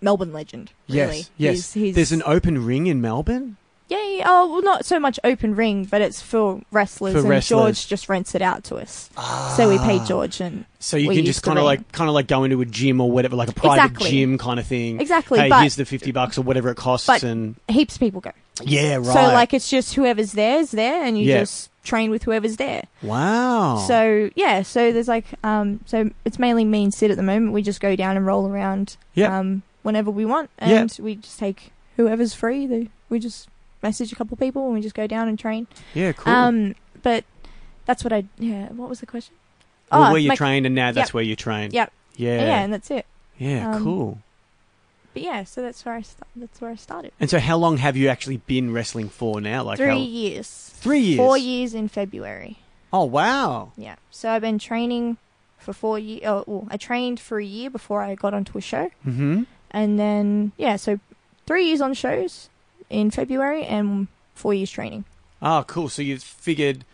Speaker 4: Melbourne legend. Really.
Speaker 1: Yes, yes.
Speaker 4: He's, he's,
Speaker 1: There's an open ring in Melbourne.
Speaker 4: Yeah, yeah, oh, well, not so much open ring, but it's for wrestlers,
Speaker 1: For
Speaker 4: and
Speaker 1: wrestlers. Ah.
Speaker 4: George just rents it out to us. So we pay George, and
Speaker 1: So you
Speaker 4: we
Speaker 1: can
Speaker 4: use
Speaker 1: just
Speaker 4: the
Speaker 1: kind of
Speaker 4: ring.
Speaker 1: like kind of like go into a gym or whatever, like a private
Speaker 4: Exactly.
Speaker 1: gym kind of thing.
Speaker 4: Exactly,
Speaker 1: Mm. Hey,
Speaker 4: but-
Speaker 1: here's the fifty bucks or whatever it costs,
Speaker 4: But-
Speaker 1: and
Speaker 4: heaps of people go.
Speaker 1: yeah, right.
Speaker 4: So like it's just whoever's there is there, and you
Speaker 1: Yeah.
Speaker 4: just train with whoever's there.
Speaker 1: wow.
Speaker 4: So yeah, so there's like um, so it's mainly me and Sid at the moment. We just go down and roll around
Speaker 1: Yeah.
Speaker 4: um whenever we want,
Speaker 1: Yeah.
Speaker 4: and we just take whoever's free. They, we just message a couple people, and we just go down and train.
Speaker 1: yeah, cool.
Speaker 4: Um, but that's what I yeah. What was the question?
Speaker 1: Well, where you
Speaker 4: oh, my-
Speaker 1: trained, and now that's
Speaker 4: Yep.
Speaker 1: where you train.
Speaker 4: Yep. yeah.
Speaker 1: Yeah.
Speaker 4: and that's it.
Speaker 1: Yeah.
Speaker 4: Um,
Speaker 1: cool.
Speaker 4: But yeah, so that's where I sta- that's where I started.
Speaker 1: And so, how long have you actually been wrestling for now? Like
Speaker 4: Three
Speaker 1: how-
Speaker 4: years.
Speaker 1: Three
Speaker 4: Four
Speaker 1: years?
Speaker 4: years in February.
Speaker 1: Oh wow.
Speaker 4: Yeah. So I've been training for four years. Oh, well, I trained for a year before I got onto a show.
Speaker 1: Mm-hmm.
Speaker 4: And then, yeah, so three years on shows in February and four years training.
Speaker 1: Oh, cool. So you figured.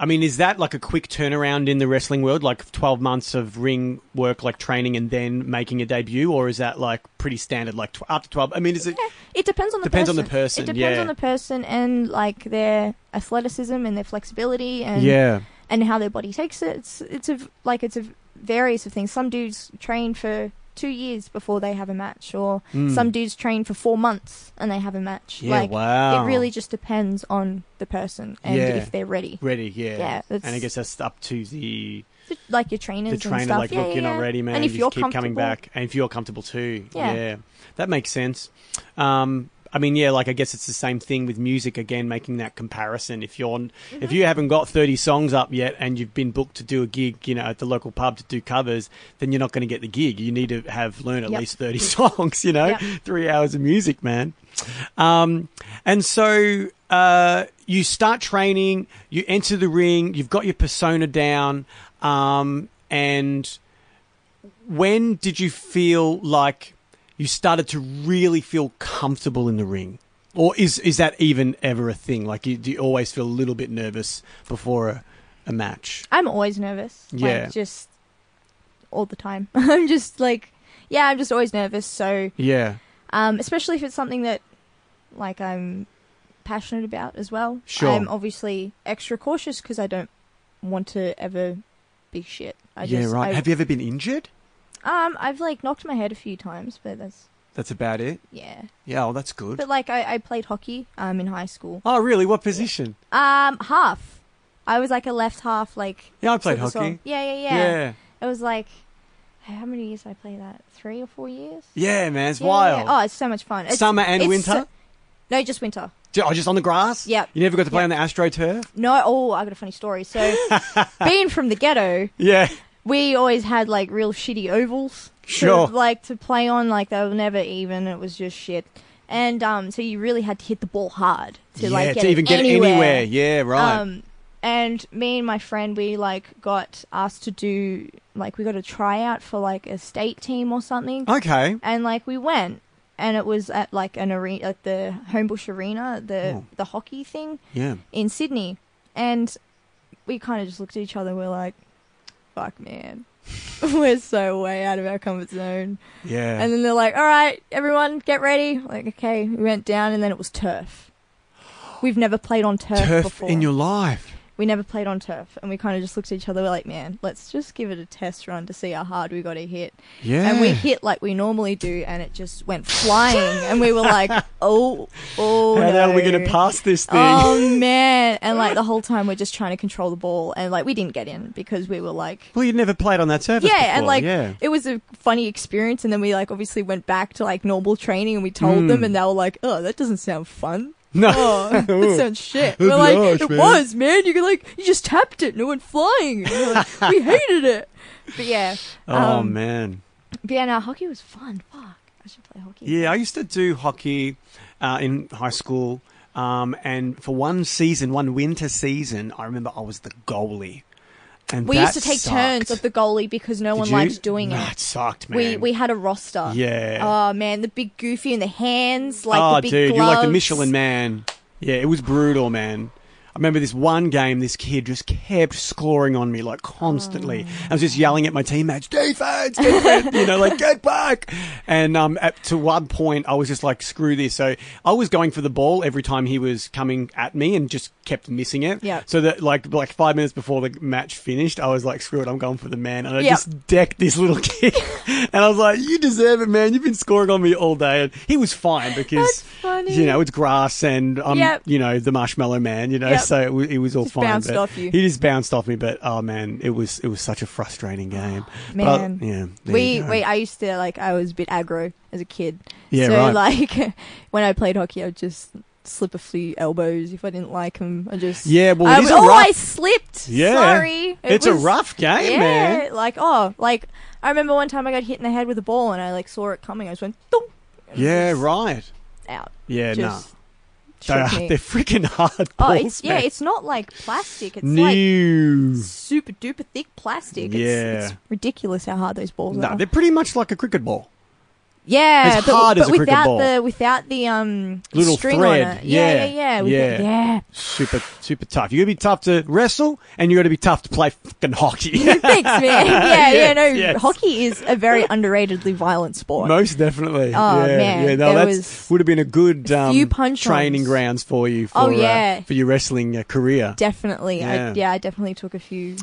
Speaker 1: I mean, is that like a quick turnaround in the wrestling world, like twelve months of ring work, like training, and then making a debut, or is that like pretty standard, like tw- after twelve? I mean, is it?
Speaker 4: It depends on the
Speaker 1: Depends on
Speaker 4: person.
Speaker 1: the person,
Speaker 4: It depends
Speaker 1: yeah.
Speaker 4: on the person and like their athleticism and their flexibility and
Speaker 1: yeah.
Speaker 4: and how their body takes it. It's it's a, like it's a various of things. Some dudes train for two years before they have a match, or
Speaker 1: Mm.
Speaker 4: some dudes train for four months and they have a match.
Speaker 1: Yeah,
Speaker 4: like
Speaker 1: wow.
Speaker 4: it really just depends on the person and
Speaker 1: Yeah.
Speaker 4: if they're ready.
Speaker 1: ready. Yeah.
Speaker 4: Yeah, that's-
Speaker 1: and I guess that's up to the
Speaker 4: Like your trainers,
Speaker 1: the
Speaker 4: and
Speaker 1: trainer.
Speaker 4: stuff.
Speaker 1: Like,
Speaker 4: yeah,
Speaker 1: look,
Speaker 4: yeah,
Speaker 1: you're
Speaker 4: yeah.
Speaker 1: not ready, man.
Speaker 4: And if
Speaker 1: Just
Speaker 4: you're
Speaker 1: keep coming
Speaker 4: comfortable-
Speaker 1: back, and if you're comfortable too, yeah,
Speaker 4: Yeah.
Speaker 1: that makes sense. Um, I mean, yeah, like I guess it's the same thing with music. Again, making that comparison. If you're
Speaker 4: Mm-hmm.
Speaker 1: if you haven't got thirty songs up yet, and you've been booked to do a gig, you know, at the local pub to do covers, then you're not going to get the gig. You need to have learned at
Speaker 4: Yep.
Speaker 1: least thirty songs. You know,
Speaker 4: Yep.
Speaker 1: three hours of music, man. Um, and so uh, you start training, you enter the ring, you've got your persona down, um, and when did you feel like you started to really feel comfortable in the ring? Or is, is that even ever a thing? Like, you, do you always feel a little bit nervous before a, a match?
Speaker 4: I'm always nervous.
Speaker 1: Yeah.
Speaker 4: Like, just all the time. I'm just like, yeah, I'm just always nervous. So,
Speaker 1: Yeah.
Speaker 4: um, especially if it's something that, like, I'm passionate about as well.
Speaker 1: Sure.
Speaker 4: I'm obviously extra cautious because I don't want to ever be shit. I
Speaker 1: yeah,
Speaker 4: just,
Speaker 1: right.
Speaker 4: I,
Speaker 1: Have you ever been injured?
Speaker 4: um, I've like knocked my head a few times, but that's
Speaker 1: That's about it.
Speaker 4: yeah.
Speaker 1: Yeah, well, that's good.
Speaker 4: But like, I, I played hockey um in high school.
Speaker 1: oh, really? What position?
Speaker 4: Um, half. I was like a left half, like
Speaker 1: Yeah, I played
Speaker 4: sort of
Speaker 1: hockey.
Speaker 4: sort- Yeah, yeah, yeah. It was like, how many years did I play that? Three or four years?
Speaker 1: Yeah, man, it's
Speaker 4: Yeah,
Speaker 1: wild.
Speaker 4: yeah. Oh, it's so much fun. It's,
Speaker 1: Summer and
Speaker 4: it's
Speaker 1: winter?
Speaker 4: so- no, just winter.
Speaker 1: Ju- oh, just on the grass?
Speaker 4: Yep.
Speaker 1: You never got to play on
Speaker 4: Yep.
Speaker 1: the Astro turf?
Speaker 4: No, oh, I got a funny story. So, being from the ghetto,
Speaker 1: Yeah.
Speaker 4: we always had like real shitty ovals. to,
Speaker 1: Sure.
Speaker 4: like to play on, like they were never even. It was just shit. And um, so you really had to hit the ball hard to
Speaker 1: yeah,
Speaker 4: like get
Speaker 1: to
Speaker 4: it
Speaker 1: even get
Speaker 4: anywhere.
Speaker 1: it anywhere. Yeah, right.
Speaker 4: Um, and me and my friend, we like got asked to do like we got a tryout for like a state team or something.
Speaker 1: okay.
Speaker 4: and like we went and it was at like an arena at the homebush arena the
Speaker 1: Oh.
Speaker 4: the hockey thing
Speaker 1: Yeah.
Speaker 4: in sydney and we kind of just looked at each other and we're like fuck man we're so way out of our comfort zone
Speaker 1: Yeah.
Speaker 4: and then they're like all right everyone get ready like okay we went down and then it was turf we've never played on turf,
Speaker 1: turf
Speaker 4: before
Speaker 1: in your life.
Speaker 4: we never played on turf and we kind of just looked at each other we're like man let's just give it a test run to see how hard we got to hit
Speaker 1: Yeah.
Speaker 4: and we hit like we normally do, and it just went flying. and we were like, oh, oh.
Speaker 1: How the hell
Speaker 4: no.
Speaker 1: are we going to pass this thing?
Speaker 4: Oh, man. And like the whole time, we're just trying to control the ball. And like, we didn't get in because we were like,
Speaker 1: well, you'd never played on that surface
Speaker 4: yeah.
Speaker 1: before.
Speaker 4: and like,
Speaker 1: yeah.
Speaker 4: it was a funny experience. And then we like obviously went back to like normal training and we told
Speaker 1: Hmm.
Speaker 4: them, and they were like, oh, that doesn't sound fun.
Speaker 1: No.
Speaker 4: Oh, that sounds shit.
Speaker 1: That'd
Speaker 4: We're
Speaker 1: be
Speaker 4: like,
Speaker 1: harsh,
Speaker 4: it
Speaker 1: man."
Speaker 4: was, man. You could like, you just tapped it and it went flying. And we're like, we hated it. But yeah.
Speaker 1: oh,
Speaker 4: um,
Speaker 1: man.
Speaker 4: but yeah, no, hockey was fun. Fuck. I should play hockey.
Speaker 1: Yeah, I used to do hockey uh, in high school. Um, and for one season, one winter season, I remember I was the goalie. And
Speaker 4: We
Speaker 1: that
Speaker 4: used to take
Speaker 1: sucked.
Speaker 4: turns of the goalie because no
Speaker 1: Did
Speaker 4: one
Speaker 1: you?
Speaker 4: liked doing
Speaker 1: Nah,
Speaker 4: it.
Speaker 1: sucked, man.
Speaker 4: We we had a roster.
Speaker 1: Yeah.
Speaker 4: Oh man, the big goofy and the hands, like
Speaker 1: oh,
Speaker 4: the big
Speaker 1: dude,
Speaker 4: gloves.
Speaker 1: you're like the Michelin man. Yeah, it was brutal, man. I remember this one game, this kid just kept scoring on me like constantly.
Speaker 4: Oh.
Speaker 1: I was just yelling at my teammates, defense, defense, you know, like get back. And um, at, to one point, I was just like, screw this. So I was going for the ball every time he was coming at me and just kept missing it.
Speaker 4: Yep.
Speaker 1: So that like like five minutes before the match finished, I was like, screw it, I'm going for the man, and I
Speaker 4: Yep.
Speaker 1: just decked this little kid. and I was like, you deserve it, man. You've been scoring on me all day, and he was fine because
Speaker 4: That's funny.
Speaker 1: you know it's grass and I'm
Speaker 4: Yep.
Speaker 1: you know the marshmallow man. You know,
Speaker 4: Yep.
Speaker 1: so it, wa- it was all
Speaker 4: Just
Speaker 1: fine.
Speaker 4: bounced
Speaker 1: but
Speaker 4: off you.
Speaker 1: He just bounced off me, but oh man, it was it was such a frustrating game. But I-
Speaker 4: Oh, Man.
Speaker 1: yeah, there
Speaker 4: we
Speaker 1: you go.
Speaker 4: we I used to like I was a bit aggro as a kid.
Speaker 1: Yeah,
Speaker 4: so
Speaker 1: right.
Speaker 4: like when I played hockey, I'd just slip a few elbows if I didn't like them. I just
Speaker 1: Yeah, well, it
Speaker 4: I,
Speaker 1: is a
Speaker 4: oh,
Speaker 1: rough-
Speaker 4: I slipped.
Speaker 1: Yeah.
Speaker 4: sorry. It
Speaker 1: it's
Speaker 4: was-
Speaker 1: a rough game,
Speaker 4: yeah,
Speaker 1: man.
Speaker 4: like oh, like I remember one time I got hit in the head with a ball and I like saw it coming. I just went thump and
Speaker 1: Yeah,
Speaker 4: just
Speaker 1: right.
Speaker 4: out.
Speaker 1: Yeah, no,
Speaker 4: Just
Speaker 1: they are,
Speaker 4: shook me.
Speaker 1: they're freaking hard
Speaker 4: oh,
Speaker 1: balls,
Speaker 4: it's yeah,
Speaker 1: man.
Speaker 4: it's not like plastic. It's like
Speaker 1: new.
Speaker 4: super duper thick plastic.
Speaker 1: Yeah.
Speaker 4: It's, it's ridiculous how hard those balls
Speaker 1: No,
Speaker 4: are.
Speaker 1: they're pretty much like a cricket ball.
Speaker 4: Yeah,
Speaker 1: As
Speaker 4: but,
Speaker 1: hard
Speaker 4: but
Speaker 1: as a cricket
Speaker 4: without
Speaker 1: ball.
Speaker 4: the without the um
Speaker 1: Little
Speaker 4: string on
Speaker 1: thread.
Speaker 4: it. Yeah, yeah,
Speaker 1: Yeah,
Speaker 4: yeah. with
Speaker 1: yeah.
Speaker 4: it- yeah.
Speaker 1: Super, super tough. You gotta be tough to wrestle, and you gotta be tough to play fucking hockey.
Speaker 4: Thanks, man. Yeah, yeah.
Speaker 1: Yes,
Speaker 4: No,
Speaker 1: yes.
Speaker 4: hockey is a very underratedly violent sport.
Speaker 1: Most definitely.
Speaker 4: Oh,
Speaker 1: yeah,
Speaker 4: man,
Speaker 1: yeah. No,
Speaker 4: there
Speaker 1: that
Speaker 4: was
Speaker 1: would have been a good um,
Speaker 4: few punch-ons.
Speaker 1: training grounds for you. For,
Speaker 4: Oh,
Speaker 1: uh,
Speaker 4: yeah.
Speaker 1: for your wrestling uh, career.
Speaker 4: Definitely,
Speaker 1: Yeah.
Speaker 4: I, yeah, I definitely took a few.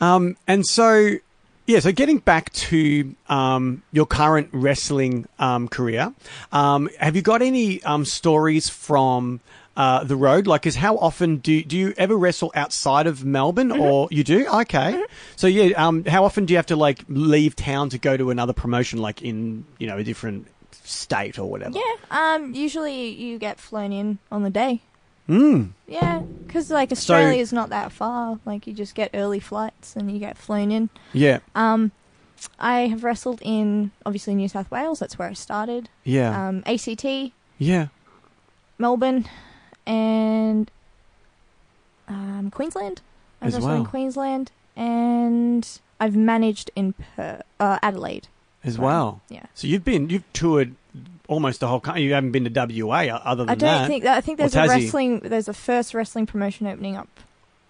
Speaker 1: Um, and so, yeah, so getting back to um, your current wrestling um, career, um, have you got any um, stories from uh, the road? Like, is how often do do you ever wrestle outside of Melbourne,
Speaker 4: Mm-hmm.
Speaker 1: or you do? Okay, so yeah, um, how often do you have to like leave town to go to another promotion, like in you know a different state or whatever?
Speaker 4: Yeah, um, usually you get flown in on the day.
Speaker 1: Hmm.
Speaker 4: Mm. Yeah, because like Australia is not that far. Like you just get early flights and you get flown in.
Speaker 1: yeah,
Speaker 4: Um, I have wrestled in obviously New South Wales. That's where I started.
Speaker 1: yeah,
Speaker 4: Um, ACT,
Speaker 1: yeah.
Speaker 4: Melbourne, and um, Queensland. I was
Speaker 1: As
Speaker 4: also in
Speaker 1: well.
Speaker 4: Queensland, and I've managed in per- uh, Adelaide.
Speaker 1: as
Speaker 4: Right.
Speaker 1: well.
Speaker 4: Yeah.
Speaker 1: So you've been you've toured almost the whole country. You haven't been to WA o- other than
Speaker 4: I don't
Speaker 1: that.
Speaker 4: think that, I think
Speaker 1: Or
Speaker 4: there's a
Speaker 1: Tassie.
Speaker 4: wrestling. There's a first wrestling promotion opening up.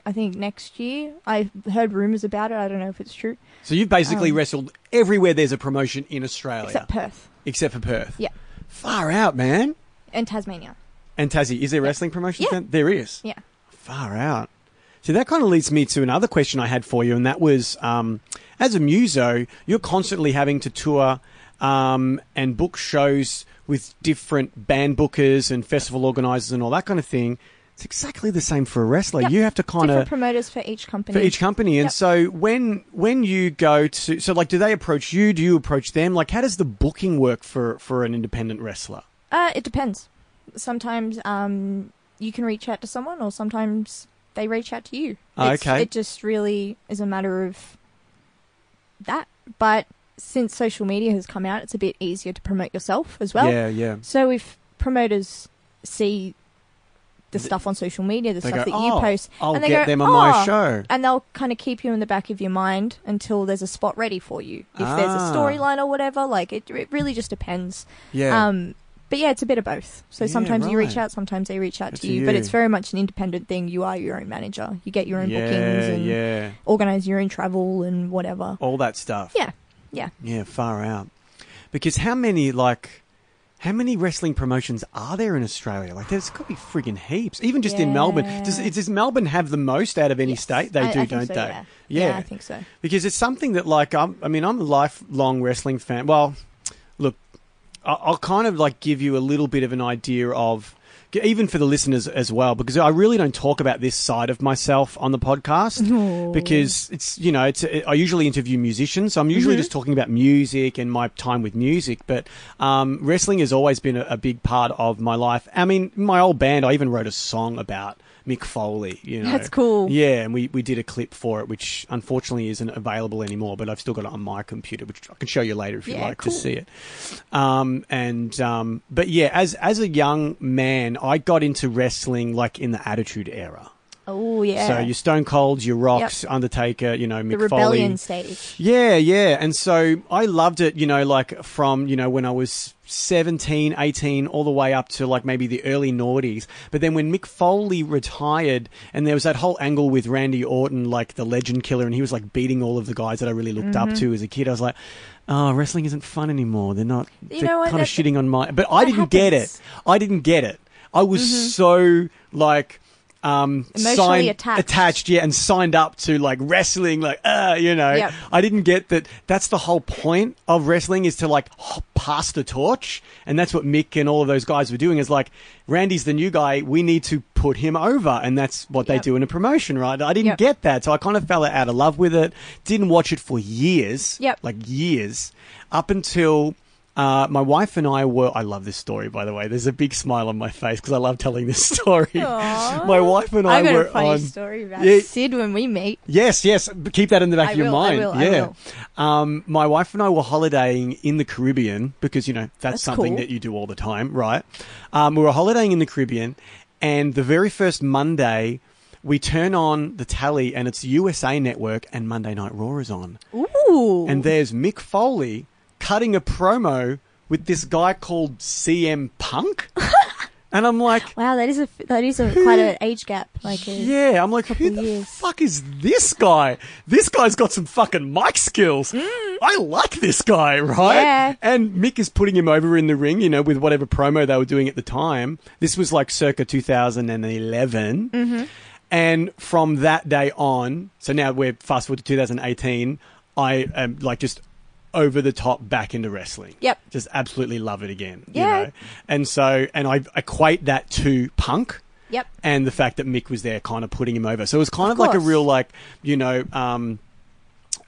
Speaker 4: I think next year. I heard rumors about it. I don't know if it's true.
Speaker 1: so you've basically
Speaker 4: um,
Speaker 1: wrestled everywhere there's a promotion in Australia,
Speaker 4: Except Perth
Speaker 1: except for Perth.
Speaker 4: Yeah.
Speaker 1: Far out, man.
Speaker 4: and Tasmania.
Speaker 1: And Tassie, is there wrestling promotion?
Speaker 4: Yeah.
Speaker 1: down- There is.
Speaker 4: Yeah.
Speaker 1: Far out. So that kind of leads me to another question I had for you, and that was, um, as a muso, you're constantly having to tour um, and book shows with different band bookers and festival organisers and all that kind of thing. It's exactly the same for a wrestler.
Speaker 4: Yep.
Speaker 1: You have to kind
Speaker 4: Different
Speaker 1: of
Speaker 4: promoters for each company.
Speaker 1: for each company. And
Speaker 4: Yep.
Speaker 1: so when when you go to so like do they approach you? Do you approach them? Like how does the booking work for for an independent wrestler?
Speaker 4: Uh, it depends. Sometimes um, you can reach out to someone, or sometimes they reach out to you.
Speaker 1: Oh,
Speaker 4: It's-
Speaker 1: okay.
Speaker 4: It just really is a matter of that. But since social media has come out, it's a bit easier to promote yourself as well.
Speaker 1: yeah, yeah.
Speaker 4: So if promoters see the
Speaker 1: Th-
Speaker 4: stuff on social media, the
Speaker 1: They
Speaker 4: stuff
Speaker 1: go,
Speaker 4: that you
Speaker 1: "Oh,
Speaker 4: post,
Speaker 1: I'll
Speaker 4: and they
Speaker 1: get
Speaker 4: go,
Speaker 1: them on my
Speaker 4: "Oh."
Speaker 1: show.
Speaker 4: and they'll kind of keep you in the back of your mind until there's a spot ready for you. If there's
Speaker 1: Ah.
Speaker 4: a storyline or whatever, like it, it really just depends.
Speaker 1: Yeah.
Speaker 4: Um, but yeah, it's a bit of both. So
Speaker 1: Yeah,
Speaker 4: sometimes you reach
Speaker 1: right.
Speaker 4: out, sometimes they reach out
Speaker 1: Good
Speaker 4: to
Speaker 1: for
Speaker 4: you, but
Speaker 1: you.
Speaker 4: it's very much an independent thing. You are your own manager. You get your own bookings
Speaker 1: yeah,
Speaker 4: and
Speaker 1: yeah.
Speaker 4: organize your own travel and whatever.
Speaker 1: All that stuff.
Speaker 4: Yeah, yeah.
Speaker 1: Yeah, far out. Because how many like how many wrestling promotions are there in Australia? Like, there's got to be friggin' heaps. Even just in
Speaker 4: Yeah.
Speaker 1: Melbourne, does, does Melbourne have the most out of any
Speaker 4: Yes.
Speaker 1: state? They
Speaker 4: I- I
Speaker 1: do,
Speaker 4: think
Speaker 1: don't
Speaker 4: so,
Speaker 1: they?
Speaker 4: Yeah. I think so.
Speaker 1: because it's something that like I'm, I mean I'm a lifelong wrestling fan. Well, look, I- I'll kind of like give you a little bit of an idea of even for the listeners as well because I really don't talk about this side of myself on the podcast because it's you know it's I usually interview musicians so I'm
Speaker 4: Mm-hmm.
Speaker 1: usually just talking about music and my time with music but um, wrestling has always been a, a big part of my life I mean my old band I even wrote a song about Mick Foley you know
Speaker 4: That's cool.
Speaker 1: yeah yeah, and we, we did a clip for it, which unfortunately isn't available anymore, but I've still got it on my computer, which I can show you later if you
Speaker 4: Yeah,
Speaker 1: like
Speaker 4: cool.
Speaker 1: to see it. Um, and um, but yeah, as as a young man, I got into wrestling like in the Attitude Era.
Speaker 4: Oh yeah.
Speaker 1: So your Stone Colds, your Rocks, Undertaker, you know, Mick
Speaker 4: the
Speaker 1: Foley.
Speaker 4: rebellion stage.
Speaker 1: Yeah, yeah. And so I loved it, you know, like from, you know, when I was 17, 18, all the way up to like maybe the early noughties. But then when Mick Foley retired and there was that whole angle with Randy Orton, like the legend killer, and he was like beating all of the guys that I really looked up
Speaker 4: Mm-hmm.
Speaker 1: to as a kid, I was like, Oh, wrestling isn't fun anymore. They're not.
Speaker 4: You
Speaker 1: they're
Speaker 4: know what?
Speaker 1: kind of
Speaker 4: That-
Speaker 1: shitting on my. But I
Speaker 4: that
Speaker 1: didn't get it.
Speaker 4: happens. Mm-hmm.
Speaker 1: I didn't get it. I was so like um,
Speaker 4: Emotionally
Speaker 1: signed,
Speaker 4: attached.
Speaker 1: attached, yeah, and signed up to like wrestling, like uh, you know.
Speaker 4: Yep.
Speaker 1: I didn't get that. That's the whole point of wrestling is to like h- pass the torch, and that's what Mick and all of those guys were doing. Is like Randy's the new guy. We need to put him over, and that's what they
Speaker 4: Yep.
Speaker 1: do in a promotion, right? I didn't
Speaker 4: Yep.
Speaker 1: get that, so I kind of fell out of love with it. Didn't watch it for years.
Speaker 4: Yep.
Speaker 1: like years, up until. Uh, my wife and I were. I love this story, by the way. There's a big smile on my face because I love telling this story.
Speaker 4: Aw.
Speaker 1: My wife and I,
Speaker 4: I got
Speaker 1: were
Speaker 4: a funny
Speaker 1: on.
Speaker 4: story about
Speaker 1: Yeah.
Speaker 4: Sid when we meet.
Speaker 1: Yes, yes. but Keep that in the back
Speaker 4: I
Speaker 1: of your
Speaker 4: will, I
Speaker 1: mind.
Speaker 4: will, I
Speaker 1: yeah. Um, my wife and I were holidaying in the Caribbean because you know that's,
Speaker 4: That's
Speaker 1: something
Speaker 4: cool.
Speaker 1: that you do all the time, right? Um, we were holidaying in the Caribbean, and the very first Monday, we turn on the tally, and it's USA Network, and Monday Night Raw is on,
Speaker 4: Ooh.
Speaker 1: and there's Mick Foley cutting a promo with this guy called CM Punk, and I'm like.
Speaker 4: wow, that is a that is a quite an age gap. Like a,
Speaker 1: Yeah, I'm like, who the
Speaker 4: years.
Speaker 1: fuck is this guy? This guy's got some fucking mic skills. I like this guy, right?
Speaker 4: Mm. Yeah.
Speaker 1: And Mick is putting him over in the ring, you know, with whatever promo they were doing at the time. This was like circa 2011.
Speaker 4: Mm-hmm.
Speaker 1: And from that day on, so now we're fast forward to 2018, I am like just over the top back into wrestling.
Speaker 4: Yep.
Speaker 1: Just absolutely love it again.
Speaker 4: Yeah.
Speaker 1: You know? And so, and I equate that to punk
Speaker 4: Yep.
Speaker 1: and the fact that Mick was there kind of putting him over. So it was kind of,
Speaker 4: Of
Speaker 1: like a
Speaker 4: course.
Speaker 1: real like, you know, um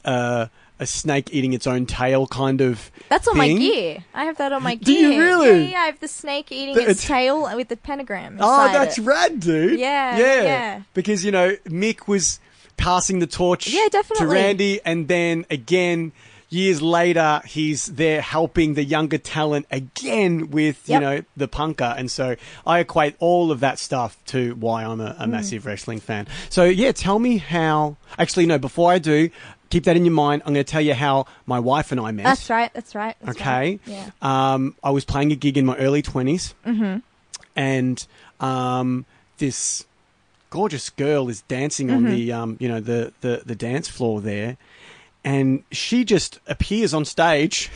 Speaker 1: uh a snake eating its own tail kind of
Speaker 4: That's on
Speaker 1: thing.
Speaker 4: my gear. I have that on my
Speaker 1: Do you
Speaker 4: gear.
Speaker 1: really?
Speaker 4: Yeah, yeah, I have the snake eating
Speaker 1: The-
Speaker 4: its
Speaker 1: it's-
Speaker 4: tail with the pentagram.
Speaker 1: Oh,
Speaker 4: inside
Speaker 1: that's
Speaker 4: it.
Speaker 1: rad, dude.
Speaker 4: Yeah, yeah.
Speaker 1: Because you know, Mick was passing the torch
Speaker 4: Yeah,
Speaker 1: to
Speaker 4: definitely.
Speaker 1: Randy and then again years later he's there helping the younger talent again with, you
Speaker 4: Yep.
Speaker 1: know, the punker and so I equate all of that stuff to why I'm
Speaker 4: Mm.
Speaker 1: a, a massive wrestling fan. So yeah, tell me how actually no, before I do, keep that in your mind. I'm going to tell you how my wife and I met.
Speaker 4: That's right. That's right. That's
Speaker 1: Okay.
Speaker 4: Right. Yeah. Mm-hmm.
Speaker 1: Um, I was playing a gig in my early 20s. And um, this gorgeous girl is dancing on the,
Speaker 4: Mm-hmm.
Speaker 1: um, you know, the, the, the dance floor there. And she just appears on stage,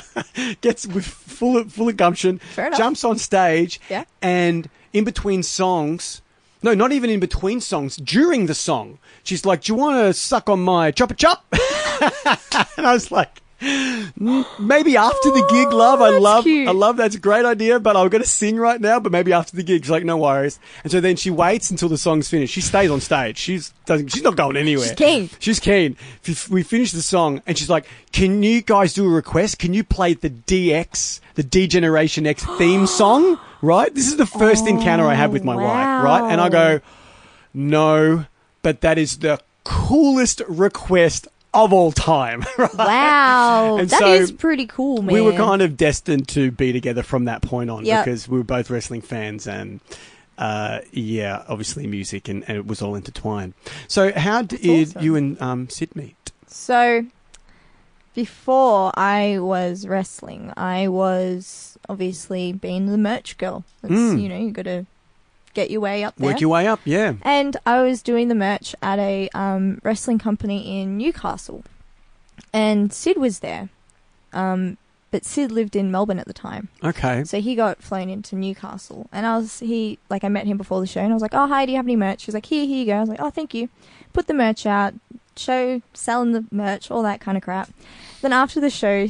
Speaker 1: gets with full of, full of gumption,
Speaker 4: Fair enough.
Speaker 1: jumps on stage,
Speaker 4: Yeah.
Speaker 1: and in between songs, no, not even in between songs, during the song, she's like, "Do you want to suck on my chopper chop?" and I was like, "Mm, "Maybe after the gig, love. I
Speaker 4: Oh, that's
Speaker 1: love,
Speaker 4: cute.
Speaker 1: I love. That's a great idea, but I'm going to sing right now. But maybe after the gig." She's like, "No worries." And so then she waits until the song's finished. She stays on stage. She's doesn't. She's not going anywhere.
Speaker 4: She's keen.
Speaker 1: She's keen. F- We finish the song, and she's like, "Can you guys do a request? Can you play the DX, the D Generation X theme song?" Right. This is the first encounter I had with my wife. Right, and I
Speaker 4: Oh, wow.
Speaker 1: go, "No," but that is the coolest request of all time. Right?
Speaker 4: Wow. that
Speaker 1: And
Speaker 4: is
Speaker 1: so
Speaker 4: pretty cool, man.
Speaker 1: We were kind of destined to be together from that point on
Speaker 4: Yep.
Speaker 1: because we were both wrestling fans and. Uh, yeah, obviously music and, and it was all intertwined. So how did
Speaker 4: awesome.
Speaker 1: you and um, Sid meet?
Speaker 4: So, before I was wrestling, I was obviously being the merch girl. That's,
Speaker 1: Mm.
Speaker 4: You know, you got to get your way up there.
Speaker 1: Work your way up, yeah.
Speaker 4: and I was doing the merch at a um, wrestling company in Newcastle, and Sid was there, um, but Sid lived in Melbourne at the time,
Speaker 1: Okay.
Speaker 4: so he got flown into Newcastle, and I was he like I met him before the show, and I was like, oh hi, do you have any merch? He was like, here, here you go. I was like, oh thank you. Put the merch out, show selling the merch, all that kind of crap. Then after the show,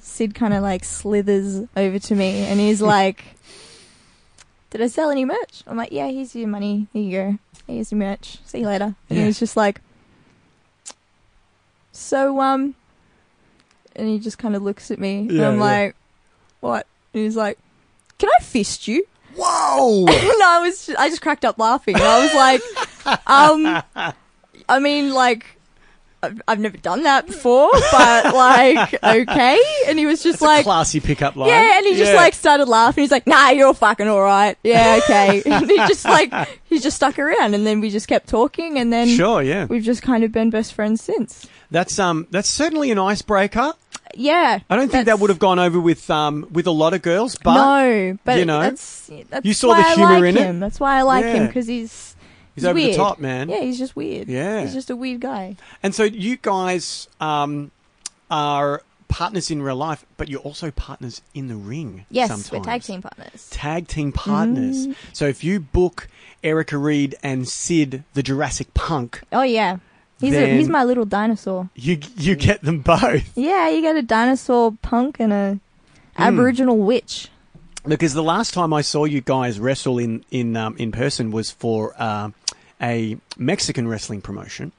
Speaker 4: Sid kind of like slithers over to me, and he's like. Did I sell any merch? I'm like, yeah, here's your money. Here you go. Here's your merch. See you later. And
Speaker 1: Yeah.
Speaker 4: he was just like, so, um, and he just kind of looks at me. and
Speaker 1: Yeah,
Speaker 4: I'm
Speaker 1: yeah.
Speaker 4: like, what? And he's like, can I fist you?
Speaker 1: Whoa!
Speaker 4: and I was, just, I just cracked up laughing. And I was like, um, I mean, like, I've, I've never done that before, but like, okay. And he was just
Speaker 1: It's a
Speaker 4: like,
Speaker 1: classy pickup line.
Speaker 4: yeah, and he just like started laughing. He's like, "Nah, you're all fucking all right." Yeah, okay. and he just like he just stuck around, and then we just kept talking, and then
Speaker 1: Sure, yeah.
Speaker 4: we've just kind of been best friends since.
Speaker 1: That's um that's certainly an icebreaker.
Speaker 4: Yeah,
Speaker 1: I don't think that
Speaker 4: that's-
Speaker 1: would have gone over with um with a lot of girls, but
Speaker 4: no, but
Speaker 1: you know,
Speaker 4: that's, that's
Speaker 1: you saw
Speaker 4: why
Speaker 1: the
Speaker 4: I
Speaker 1: humour
Speaker 4: like
Speaker 1: in it.
Speaker 4: him. That's why I like him
Speaker 1: Yeah.
Speaker 4: because he's
Speaker 1: he's over
Speaker 4: weird.
Speaker 1: the top, man.
Speaker 4: Yeah, he's just weird.
Speaker 1: Yeah.
Speaker 4: he's just a weird guy.
Speaker 1: And so you guys um are partners in real life, but you're also partners in the ring.
Speaker 4: Yes,
Speaker 1: sometimes.
Speaker 4: we're tag team Mm-hmm. partners.
Speaker 1: Tag team partners. So if you book Erica Reed and Sid the Jurassic Punk,
Speaker 4: Oh yeah, he's a,
Speaker 1: Then-
Speaker 4: he's my little dinosaur.
Speaker 1: you you
Speaker 4: Mm-hmm.
Speaker 1: get them both.
Speaker 4: Yeah, you got a dinosaur punk and a
Speaker 1: Hmm.
Speaker 4: Aboriginal witch.
Speaker 1: Because the last time I saw you guys wrestle in in um, in person was for uh, a Mexican wrestling promotion,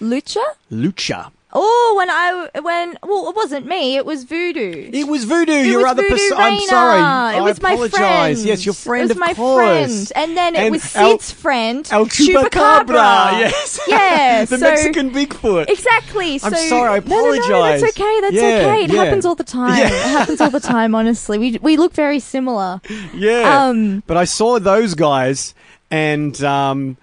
Speaker 4: Lucha?
Speaker 1: Lucha.
Speaker 4: Oh, when I when well, it wasn't me. It was Voodoo.
Speaker 1: It was Voodoo. your
Speaker 4: was
Speaker 1: other
Speaker 4: Voodoo
Speaker 1: pers- I'm
Speaker 4: Reina.
Speaker 1: sorry.
Speaker 4: It was
Speaker 1: I
Speaker 4: my
Speaker 1: apologize.
Speaker 4: friend.
Speaker 1: Yes, your friend
Speaker 4: It was
Speaker 1: of
Speaker 4: my
Speaker 1: course.
Speaker 4: friend, and then it
Speaker 1: And
Speaker 4: was
Speaker 1: El-
Speaker 4: Sid's friend,
Speaker 1: El Chupacabra.
Speaker 4: Chupacabra.
Speaker 1: Yes.
Speaker 4: yeah.
Speaker 1: the
Speaker 4: so
Speaker 1: Mexican Bigfoot.
Speaker 4: Exactly. So
Speaker 1: I'm sorry, I
Speaker 4: No, no, no,
Speaker 1: apologise.
Speaker 4: that's okay. That's
Speaker 1: Yeah,
Speaker 4: okay. It
Speaker 1: yeah.
Speaker 4: happens all the time.
Speaker 1: Yeah.
Speaker 4: It happens all the time. Honestly, we we look very similar.
Speaker 1: yeah.
Speaker 4: um,
Speaker 1: but I saw those guys, and um,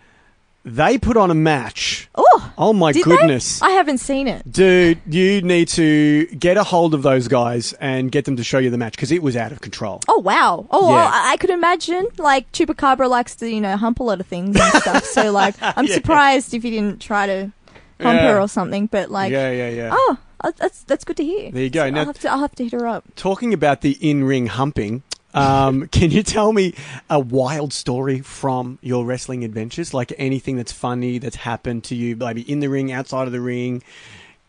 Speaker 1: they put on a match.
Speaker 4: Oh,
Speaker 1: Oh my
Speaker 4: did they?
Speaker 1: goodness.
Speaker 4: I haven't seen it.
Speaker 1: Dude, you need to get a hold of those guys and get them to show you the match because it was out of control.
Speaker 4: Oh wow! Oh,
Speaker 1: Yeah.
Speaker 4: well, I I could imagine. Like Chupacabra likes to, you know, hump a lot of things and stuff. So like, I'm
Speaker 1: Yeah.
Speaker 4: surprised if he didn't try to hump
Speaker 1: Yeah.
Speaker 4: her or something. But like,
Speaker 1: yeah, yeah, yeah.
Speaker 4: oh, uh, that's that's good to hear.
Speaker 1: There you go.
Speaker 4: So
Speaker 1: Now-
Speaker 4: I'll, have to, I'll have to hit her up.
Speaker 1: Talking about the in-ring humping, um, can you tell me a wild story from your wrestling adventures? Like anything that's funny that's happened to you, maybe in the ring, outside of the ring.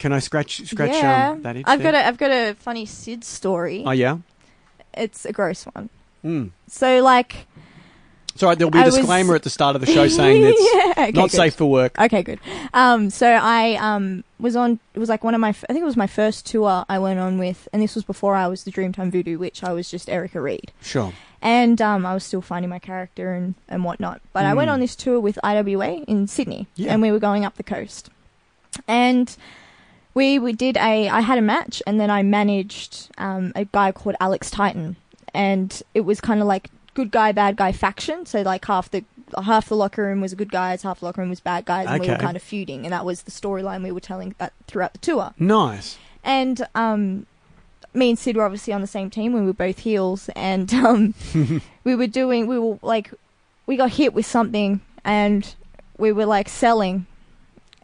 Speaker 1: Can I scratch scratch
Speaker 4: yeah,
Speaker 1: um, that itch?
Speaker 4: I've got
Speaker 1: there?
Speaker 4: a I've got a funny Sid story.
Speaker 1: Oh yeah.
Speaker 4: it's a gross one.
Speaker 1: Mm.
Speaker 4: So like,
Speaker 1: It's all right. uh, There'll be a
Speaker 4: I was-
Speaker 1: disclaimer at the start of the show saying that's
Speaker 4: yeah, okay,
Speaker 1: not
Speaker 4: good.
Speaker 1: safe for work.
Speaker 4: Okay, good. Um, so I um was on. It was like one of my. f- I think it was my first tour I went on with, and this was before I was the Dreamtime Voodoo, which I was just Erica Reed.
Speaker 1: Sure.
Speaker 4: and um, I was still finding my character and, and whatnot. But I went on this tour with IWA in Sydney,
Speaker 1: Hmm. Yeah.
Speaker 4: and we were going up the coast, and we we did a. I had a match, and then I managed um, a guy called Alex Titan, and it was kind of like good guy bad guy faction. So like half the half the locker room was good guys, half the locker room was bad guys, and we were
Speaker 1: Okay.
Speaker 4: kind of feuding, and that was the storyline we were telling that throughout the tour.
Speaker 1: Nice.
Speaker 4: And um, me and Sid were obviously on the same team. We were both heels, and um, we were doing. We were like, we got hit with something, and we were like selling,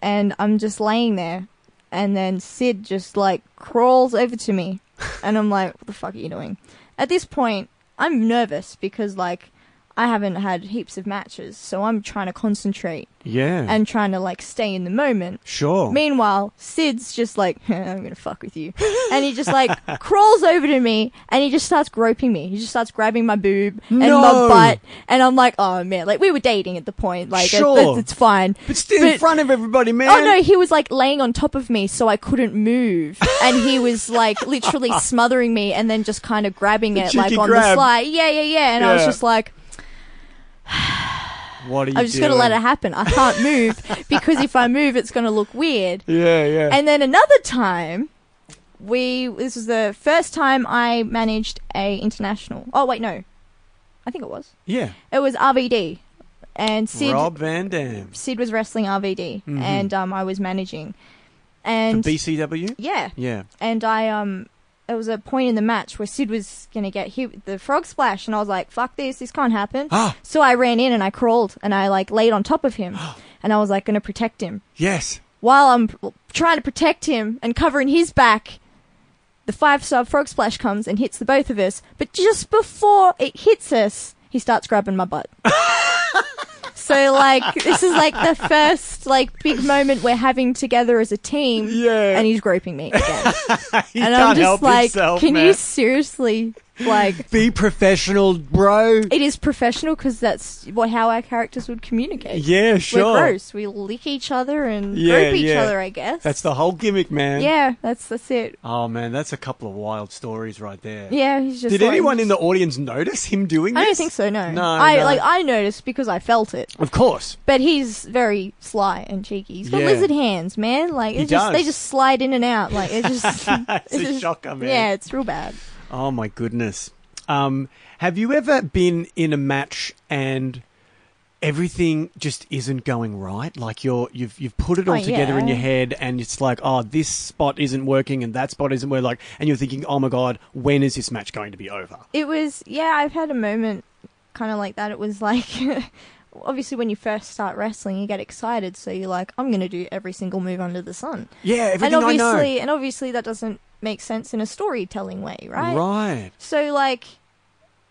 Speaker 4: and I'm just laying there, and then Sid just like crawls over to me, and I'm like, what the fuck are you doing? At this point, I'm nervous because like. I haven't had heaps of matches, so I'm trying to concentrate
Speaker 1: Yeah.
Speaker 4: and trying to like stay in the moment.
Speaker 1: sure.
Speaker 4: Meanwhile, Sid's just like, I'm gonna fuck with you, and he just like crawls over to me and he just starts groping me. He just starts grabbing my boob and
Speaker 1: No.
Speaker 4: my butt, and I'm like, oh man, like we were dating at the point, like it-
Speaker 1: Sure.
Speaker 4: it's, it's fine.
Speaker 1: but still in
Speaker 4: but-
Speaker 1: front of everybody, man.
Speaker 4: Oh no, he was like laying on top of me, so I couldn't move, and he was like literally smothering me, and then just kind of grabbing it like
Speaker 1: cheeky
Speaker 4: on the
Speaker 1: grab.
Speaker 4: slide. Yeah, yeah, yeah. And I was
Speaker 1: Yeah.
Speaker 4: just like,
Speaker 1: What are you
Speaker 4: I'm just
Speaker 1: doing?
Speaker 4: gonna let it happen. I can't move because if I move, it's gonna look weird.
Speaker 1: Yeah, yeah.
Speaker 4: And then another time, we this was the first time I managed a international. Oh wait, no, I think it was.
Speaker 1: yeah.
Speaker 4: It was RVD, and Sid
Speaker 1: Rob Van Dam.
Speaker 4: Sid was wrestling RVD, and um, I was managing, and
Speaker 1: BCW?
Speaker 4: yeah,
Speaker 1: Yeah.
Speaker 4: and I um. There was a point in the match where Sid was gonna get hit with the frog splash, and I was like, "Fuck this! This can't happen."
Speaker 1: Ah.
Speaker 4: So I ran in and I crawled and I like laid on top of him, and I was like gonna protect him
Speaker 1: Yes.
Speaker 4: while I'm p- trying to protect him and covering his back, the five star frog splash comes and hits the both of us. But just before it hits us, he starts grabbing my butt. so like this is like the first like big moment we're having together as a team.
Speaker 1: Yeah.
Speaker 4: And he's groping me again.
Speaker 1: He
Speaker 4: and
Speaker 1: can't
Speaker 4: I'm just
Speaker 1: help
Speaker 4: like,
Speaker 1: himself,
Speaker 4: can
Speaker 1: man.
Speaker 4: you seriously Like
Speaker 1: Be professional, bro.
Speaker 4: it is professional because that's what how our characters would communicate.
Speaker 1: Yeah,
Speaker 4: We're
Speaker 1: sure.
Speaker 4: gross. We lick each other and
Speaker 1: Yeah,
Speaker 4: rope each
Speaker 1: yeah.
Speaker 4: other. I guess.
Speaker 1: That's the whole gimmick, man.
Speaker 4: yeah. That's that's it.
Speaker 1: Oh man, that's a couple of wild stories right there.
Speaker 4: Yeah. He's just.
Speaker 1: Did
Speaker 4: like-
Speaker 1: anyone in the audience notice him doing this?
Speaker 4: I don't think so. No.
Speaker 1: No,
Speaker 4: I
Speaker 1: no.
Speaker 4: like I noticed because I felt it.
Speaker 1: Of course.
Speaker 4: But he's very sly and cheeky. He's got
Speaker 1: Yeah.
Speaker 4: lizard hands, man. Like
Speaker 1: He
Speaker 4: it's just, they
Speaker 1: does.
Speaker 4: just slide in and out. Like it's just
Speaker 1: It's a shocker, man.
Speaker 4: Yeah, it's real bad.
Speaker 1: Oh my goodness. Um, have you ever been in a match and everything just isn't going right? Like you're you've you've put it all
Speaker 4: Oh,
Speaker 1: together in
Speaker 4: yeah.
Speaker 1: your head, and it's like, oh, this spot isn't working, and that spot isn't working. Like, and you're thinking, oh my god, when is this match going to be over?
Speaker 4: It was yeah. I've had a moment kind of like that. It was like obviously when you first start wrestling, you get excited, so you're like, I'm gonna do every single move under the sun.
Speaker 1: Yeah, everything
Speaker 4: and
Speaker 1: I know.
Speaker 4: obviously, and obviously that doesn't make sense in a storytelling way, right?
Speaker 1: Right.
Speaker 4: So like,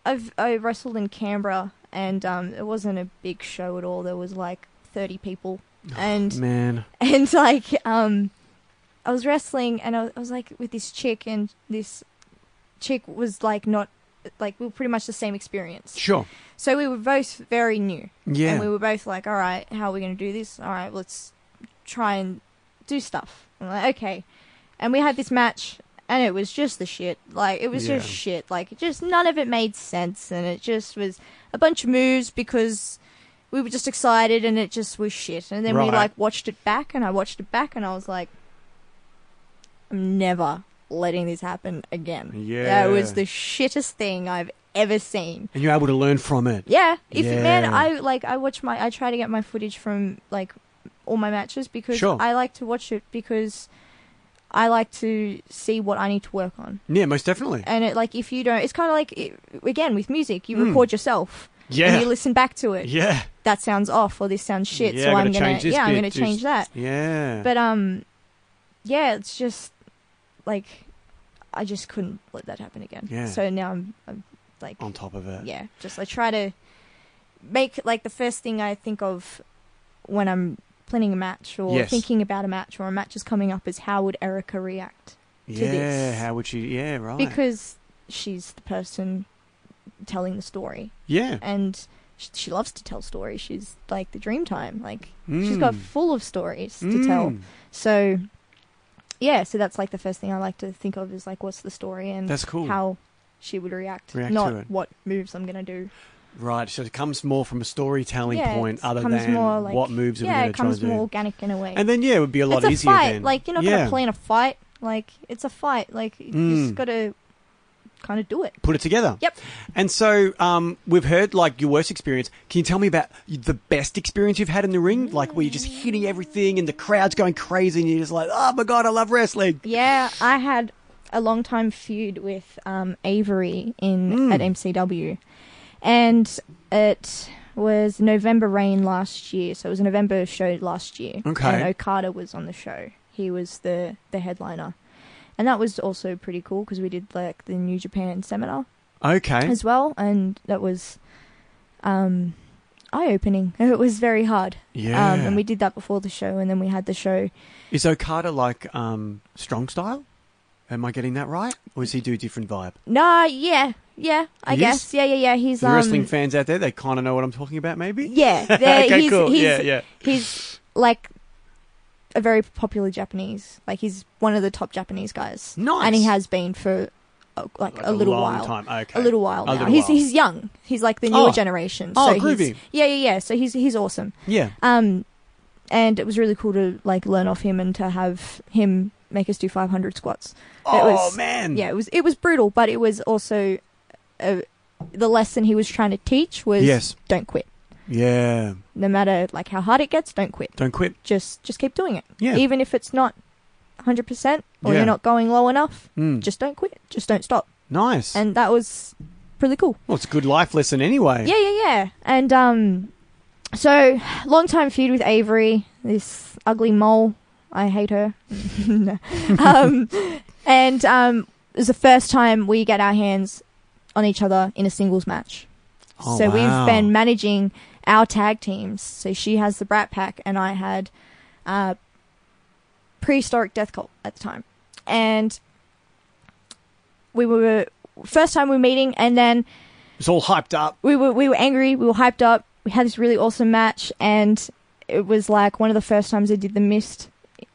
Speaker 4: I've I wrestled in Canberra, and um, it wasn't a big show at all. There was like thirty people, and
Speaker 1: Man.
Speaker 4: and like um i was wrestling and I was, I was like with this chick and this chick was like not like we were pretty much the same experience
Speaker 1: Sure.
Speaker 4: so we were both very new
Speaker 1: Yeah.
Speaker 4: and we were both like all right how are we going to do this all right let's try and do stuff I'm like okay and we had this match and it was just the shit like it was
Speaker 1: Yeah.
Speaker 4: just shit like it just none of it made sense and it just was a bunch of moves because we were just excited and it just was shit and then we
Speaker 1: Right.
Speaker 4: like watched it back and i watched it back and i was like i'm never letting this happen again that
Speaker 1: Yeah.
Speaker 4: was the shittest thing i've ever seen
Speaker 1: and you're able to learn from it.
Speaker 4: yeah. If man,
Speaker 1: Yeah.
Speaker 4: I like I watch my I try to get my footage from like all my matches because
Speaker 1: Sure.
Speaker 4: I like to watch it because I like to see what I need to work on.
Speaker 1: Yeah, most definitely.
Speaker 4: And it like if you don't it's kind of like it, again with music, you
Speaker 1: Mm.
Speaker 4: record yourself and
Speaker 1: Yeah.
Speaker 4: you listen back to it.
Speaker 1: Yeah.
Speaker 4: That sounds off or this sounds shit,
Speaker 1: Yeah,
Speaker 4: so
Speaker 1: I'm
Speaker 4: I'm
Speaker 1: gonna
Speaker 4: going
Speaker 1: change
Speaker 4: to
Speaker 1: this
Speaker 4: yeah, I'm
Speaker 1: bit,
Speaker 4: going to
Speaker 1: just-
Speaker 4: change that.
Speaker 1: Yeah.
Speaker 4: But um yeah, it's just like I just couldn't let that happen again.
Speaker 1: Yeah.
Speaker 4: So now I'm, I'm like
Speaker 1: on top of it.
Speaker 4: yeah just i try to make like the first thing i think of when i'm planning a match or
Speaker 1: Yes.
Speaker 4: thinking about a match or a match is coming up is how would erica react to
Speaker 1: Yeah,
Speaker 4: this.
Speaker 1: how would she? Yeah, right.
Speaker 4: because she's the person telling the story
Speaker 1: yeah,
Speaker 4: and sh- she loves to tell stories she's like the dream time like she's got
Speaker 1: Mm.
Speaker 4: full of stories to tell
Speaker 1: Mm.
Speaker 4: so yeah so that's like the first thing i like to think of is like what's the story and
Speaker 1: That's cool.
Speaker 4: how she would react,
Speaker 1: React to
Speaker 4: not
Speaker 1: it.
Speaker 4: what moves i'm gonna do
Speaker 1: Right, so it comes more from a storytelling
Speaker 4: Yeah,
Speaker 1: point
Speaker 4: it
Speaker 1: other
Speaker 4: comes
Speaker 1: than
Speaker 4: more like-
Speaker 1: what moves are we
Speaker 4: yeah,
Speaker 1: going
Speaker 4: it
Speaker 1: to try and
Speaker 4: comes
Speaker 1: do.
Speaker 4: more organic in a way.
Speaker 1: And then yeah, it would be a lot
Speaker 4: it's a
Speaker 1: easier
Speaker 4: fight.
Speaker 1: then.
Speaker 4: Like you're not
Speaker 1: yeah.
Speaker 4: gonna plan a fight. Like it's a fight. Like you
Speaker 1: Mm.
Speaker 4: just gotta kind of do it.
Speaker 1: Put it together.
Speaker 4: Yep.
Speaker 1: And so um, we've heard like your worst experience. Can you tell me about the best experience you've had in the ring? Like where you're just hitting everything and the crowd's going crazy and you're just like, oh my god, I love wrestling.
Speaker 4: Yeah, I had a long time feud with um, Avery in
Speaker 1: Mm.
Speaker 4: at MCW, and it was November Rain last year. So it was a November show last year.
Speaker 1: Okay.
Speaker 4: And Okada was on the show. He was the the headliner, and that was also pretty cool because we did like the New Japan seminar.
Speaker 1: Okay.
Speaker 4: as well, and that was um, eye opening. It was very hard.
Speaker 1: Yeah.
Speaker 4: Um, and we did that before the show, and then we had the show.
Speaker 1: Is Okada like um, strong style? Am I getting that right? Or does he do a different vibe?
Speaker 4: Nah, yeah, yeah, I
Speaker 1: He
Speaker 4: guess,
Speaker 1: is?
Speaker 4: yeah, yeah, yeah. He's
Speaker 1: The
Speaker 4: um,
Speaker 1: wrestling fans out there, they kind of know what I'm talking about, maybe.
Speaker 4: Yeah, there-
Speaker 1: okay,
Speaker 4: he's,
Speaker 1: cool.
Speaker 4: He's,
Speaker 1: yeah, yeah.
Speaker 4: He's like a very popular Japanese. Like he's one of the top Japanese guys.
Speaker 1: Nice.
Speaker 4: and he has been for uh, like,
Speaker 1: Like
Speaker 4: a little
Speaker 1: long
Speaker 4: while.
Speaker 1: Time. Okay.
Speaker 4: a little while
Speaker 1: A
Speaker 4: now.
Speaker 1: little
Speaker 4: he's
Speaker 1: while.
Speaker 4: he's young. He's like the newer
Speaker 1: Oh.
Speaker 4: generation.
Speaker 1: Oh,
Speaker 4: so he's-
Speaker 1: groovy.
Speaker 4: Yeah, yeah, yeah. So he's he's awesome.
Speaker 1: Yeah.
Speaker 4: Um, and it was really cool to like learn off him and to have him make us do 500 squats.
Speaker 1: Oh
Speaker 4: was-
Speaker 1: man.
Speaker 4: Yeah, it was it was brutal, but it was also uh the lesson he was trying to teach was
Speaker 1: Yes.
Speaker 4: don't quit.
Speaker 1: Yeah.
Speaker 4: No matter like how hard it gets, don't quit.
Speaker 1: Don't quit.
Speaker 4: Just just keep doing it,
Speaker 1: Yeah.
Speaker 4: even if it's not 100 percent or
Speaker 1: Yeah.
Speaker 4: you're not going low enough.
Speaker 1: Mm.
Speaker 4: Just don't quit. Just don't stop.
Speaker 1: nice.
Speaker 4: And that was pretty cool.
Speaker 1: well, it's a good life lesson anyway.
Speaker 4: Yeah, yeah, yeah. And um, so long time feud with Avery, this ugly mole. I hate her. um, and um, it was the first time we get our hands on each other in a singles match.
Speaker 1: Oh,
Speaker 4: so
Speaker 1: wow.
Speaker 4: we've been managing our tag teams. So she has the Brat Pack, and I had uh, prehistoric Death Cult at the time, and we were first time we're meeting, and then
Speaker 1: It's all hyped up.
Speaker 4: we were we were angry, we were hyped up, we had this really awesome match, and it was like one of the first times I did the mist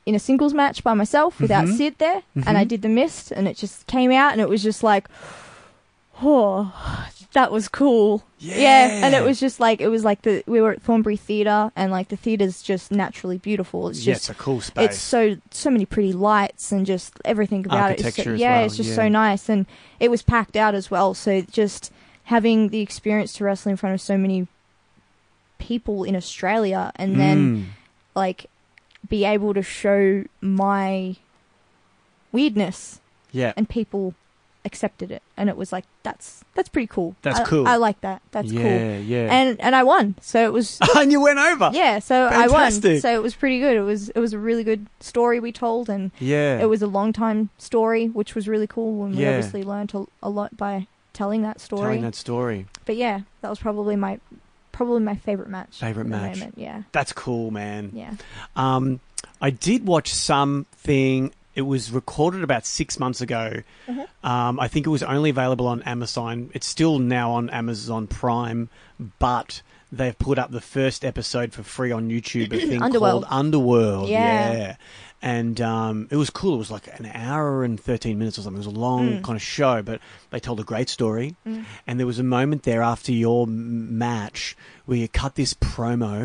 Speaker 4: in a singles match by myself without
Speaker 1: Mhm.
Speaker 4: Sid there, and I did the mist, and it just came out, and it was just like, oh, that was cool.
Speaker 1: Yeah.
Speaker 4: and it was just like it was like the we were at Thornbury Theatre, and like the theatre's just naturally beautiful. It's
Speaker 1: yeah,
Speaker 4: just
Speaker 1: it's a cool space.
Speaker 4: it's so so many pretty lights and just everything about it. It's so,
Speaker 1: Architecture as
Speaker 4: yeah,
Speaker 1: well,
Speaker 4: it's just
Speaker 1: yeah.
Speaker 4: so nice, and it was packed out as well. So just having the experience to wrestle in front of so many people in Australia, and then
Speaker 1: Mm.
Speaker 4: like be able to show my weirdness,
Speaker 1: yeah,
Speaker 4: and people accepted it, and it was like that's that's pretty cool.
Speaker 1: That's
Speaker 4: I-
Speaker 1: cool.
Speaker 4: I like that. That's
Speaker 1: yeah,
Speaker 4: cool.
Speaker 1: yeah.
Speaker 4: And and I won, so it was
Speaker 1: And, you went over.
Speaker 4: yeah, so I won.
Speaker 1: Fantastic.
Speaker 4: So it was pretty good. It was it was a really good story we told, and
Speaker 1: yeah.
Speaker 4: it was a long time story, which was really cool. And we
Speaker 1: Yeah.
Speaker 4: obviously learned a, a lot by telling that story.
Speaker 1: telling that story.
Speaker 4: But yeah, that was probably my probably my favorite match.
Speaker 1: Favorite
Speaker 4: at the
Speaker 1: match.
Speaker 4: moment, Yeah,
Speaker 1: That's cool, man.
Speaker 4: yeah.
Speaker 1: Um, I did watch something. It was recorded about six months ago.
Speaker 4: Mm-hmm.
Speaker 1: Um, I think it was only available on Amazon. It's still now on Amazon Prime, but they've put up the first episode for free on YouTube. A thing
Speaker 4: Underworld.
Speaker 1: called Underworld.
Speaker 4: Yeah.
Speaker 1: And um, it was cool. It was like an hour and 13 minutes or something. It was a long kind of show, but they told a great story. And there was a moment there after your m- match where you cut this promo,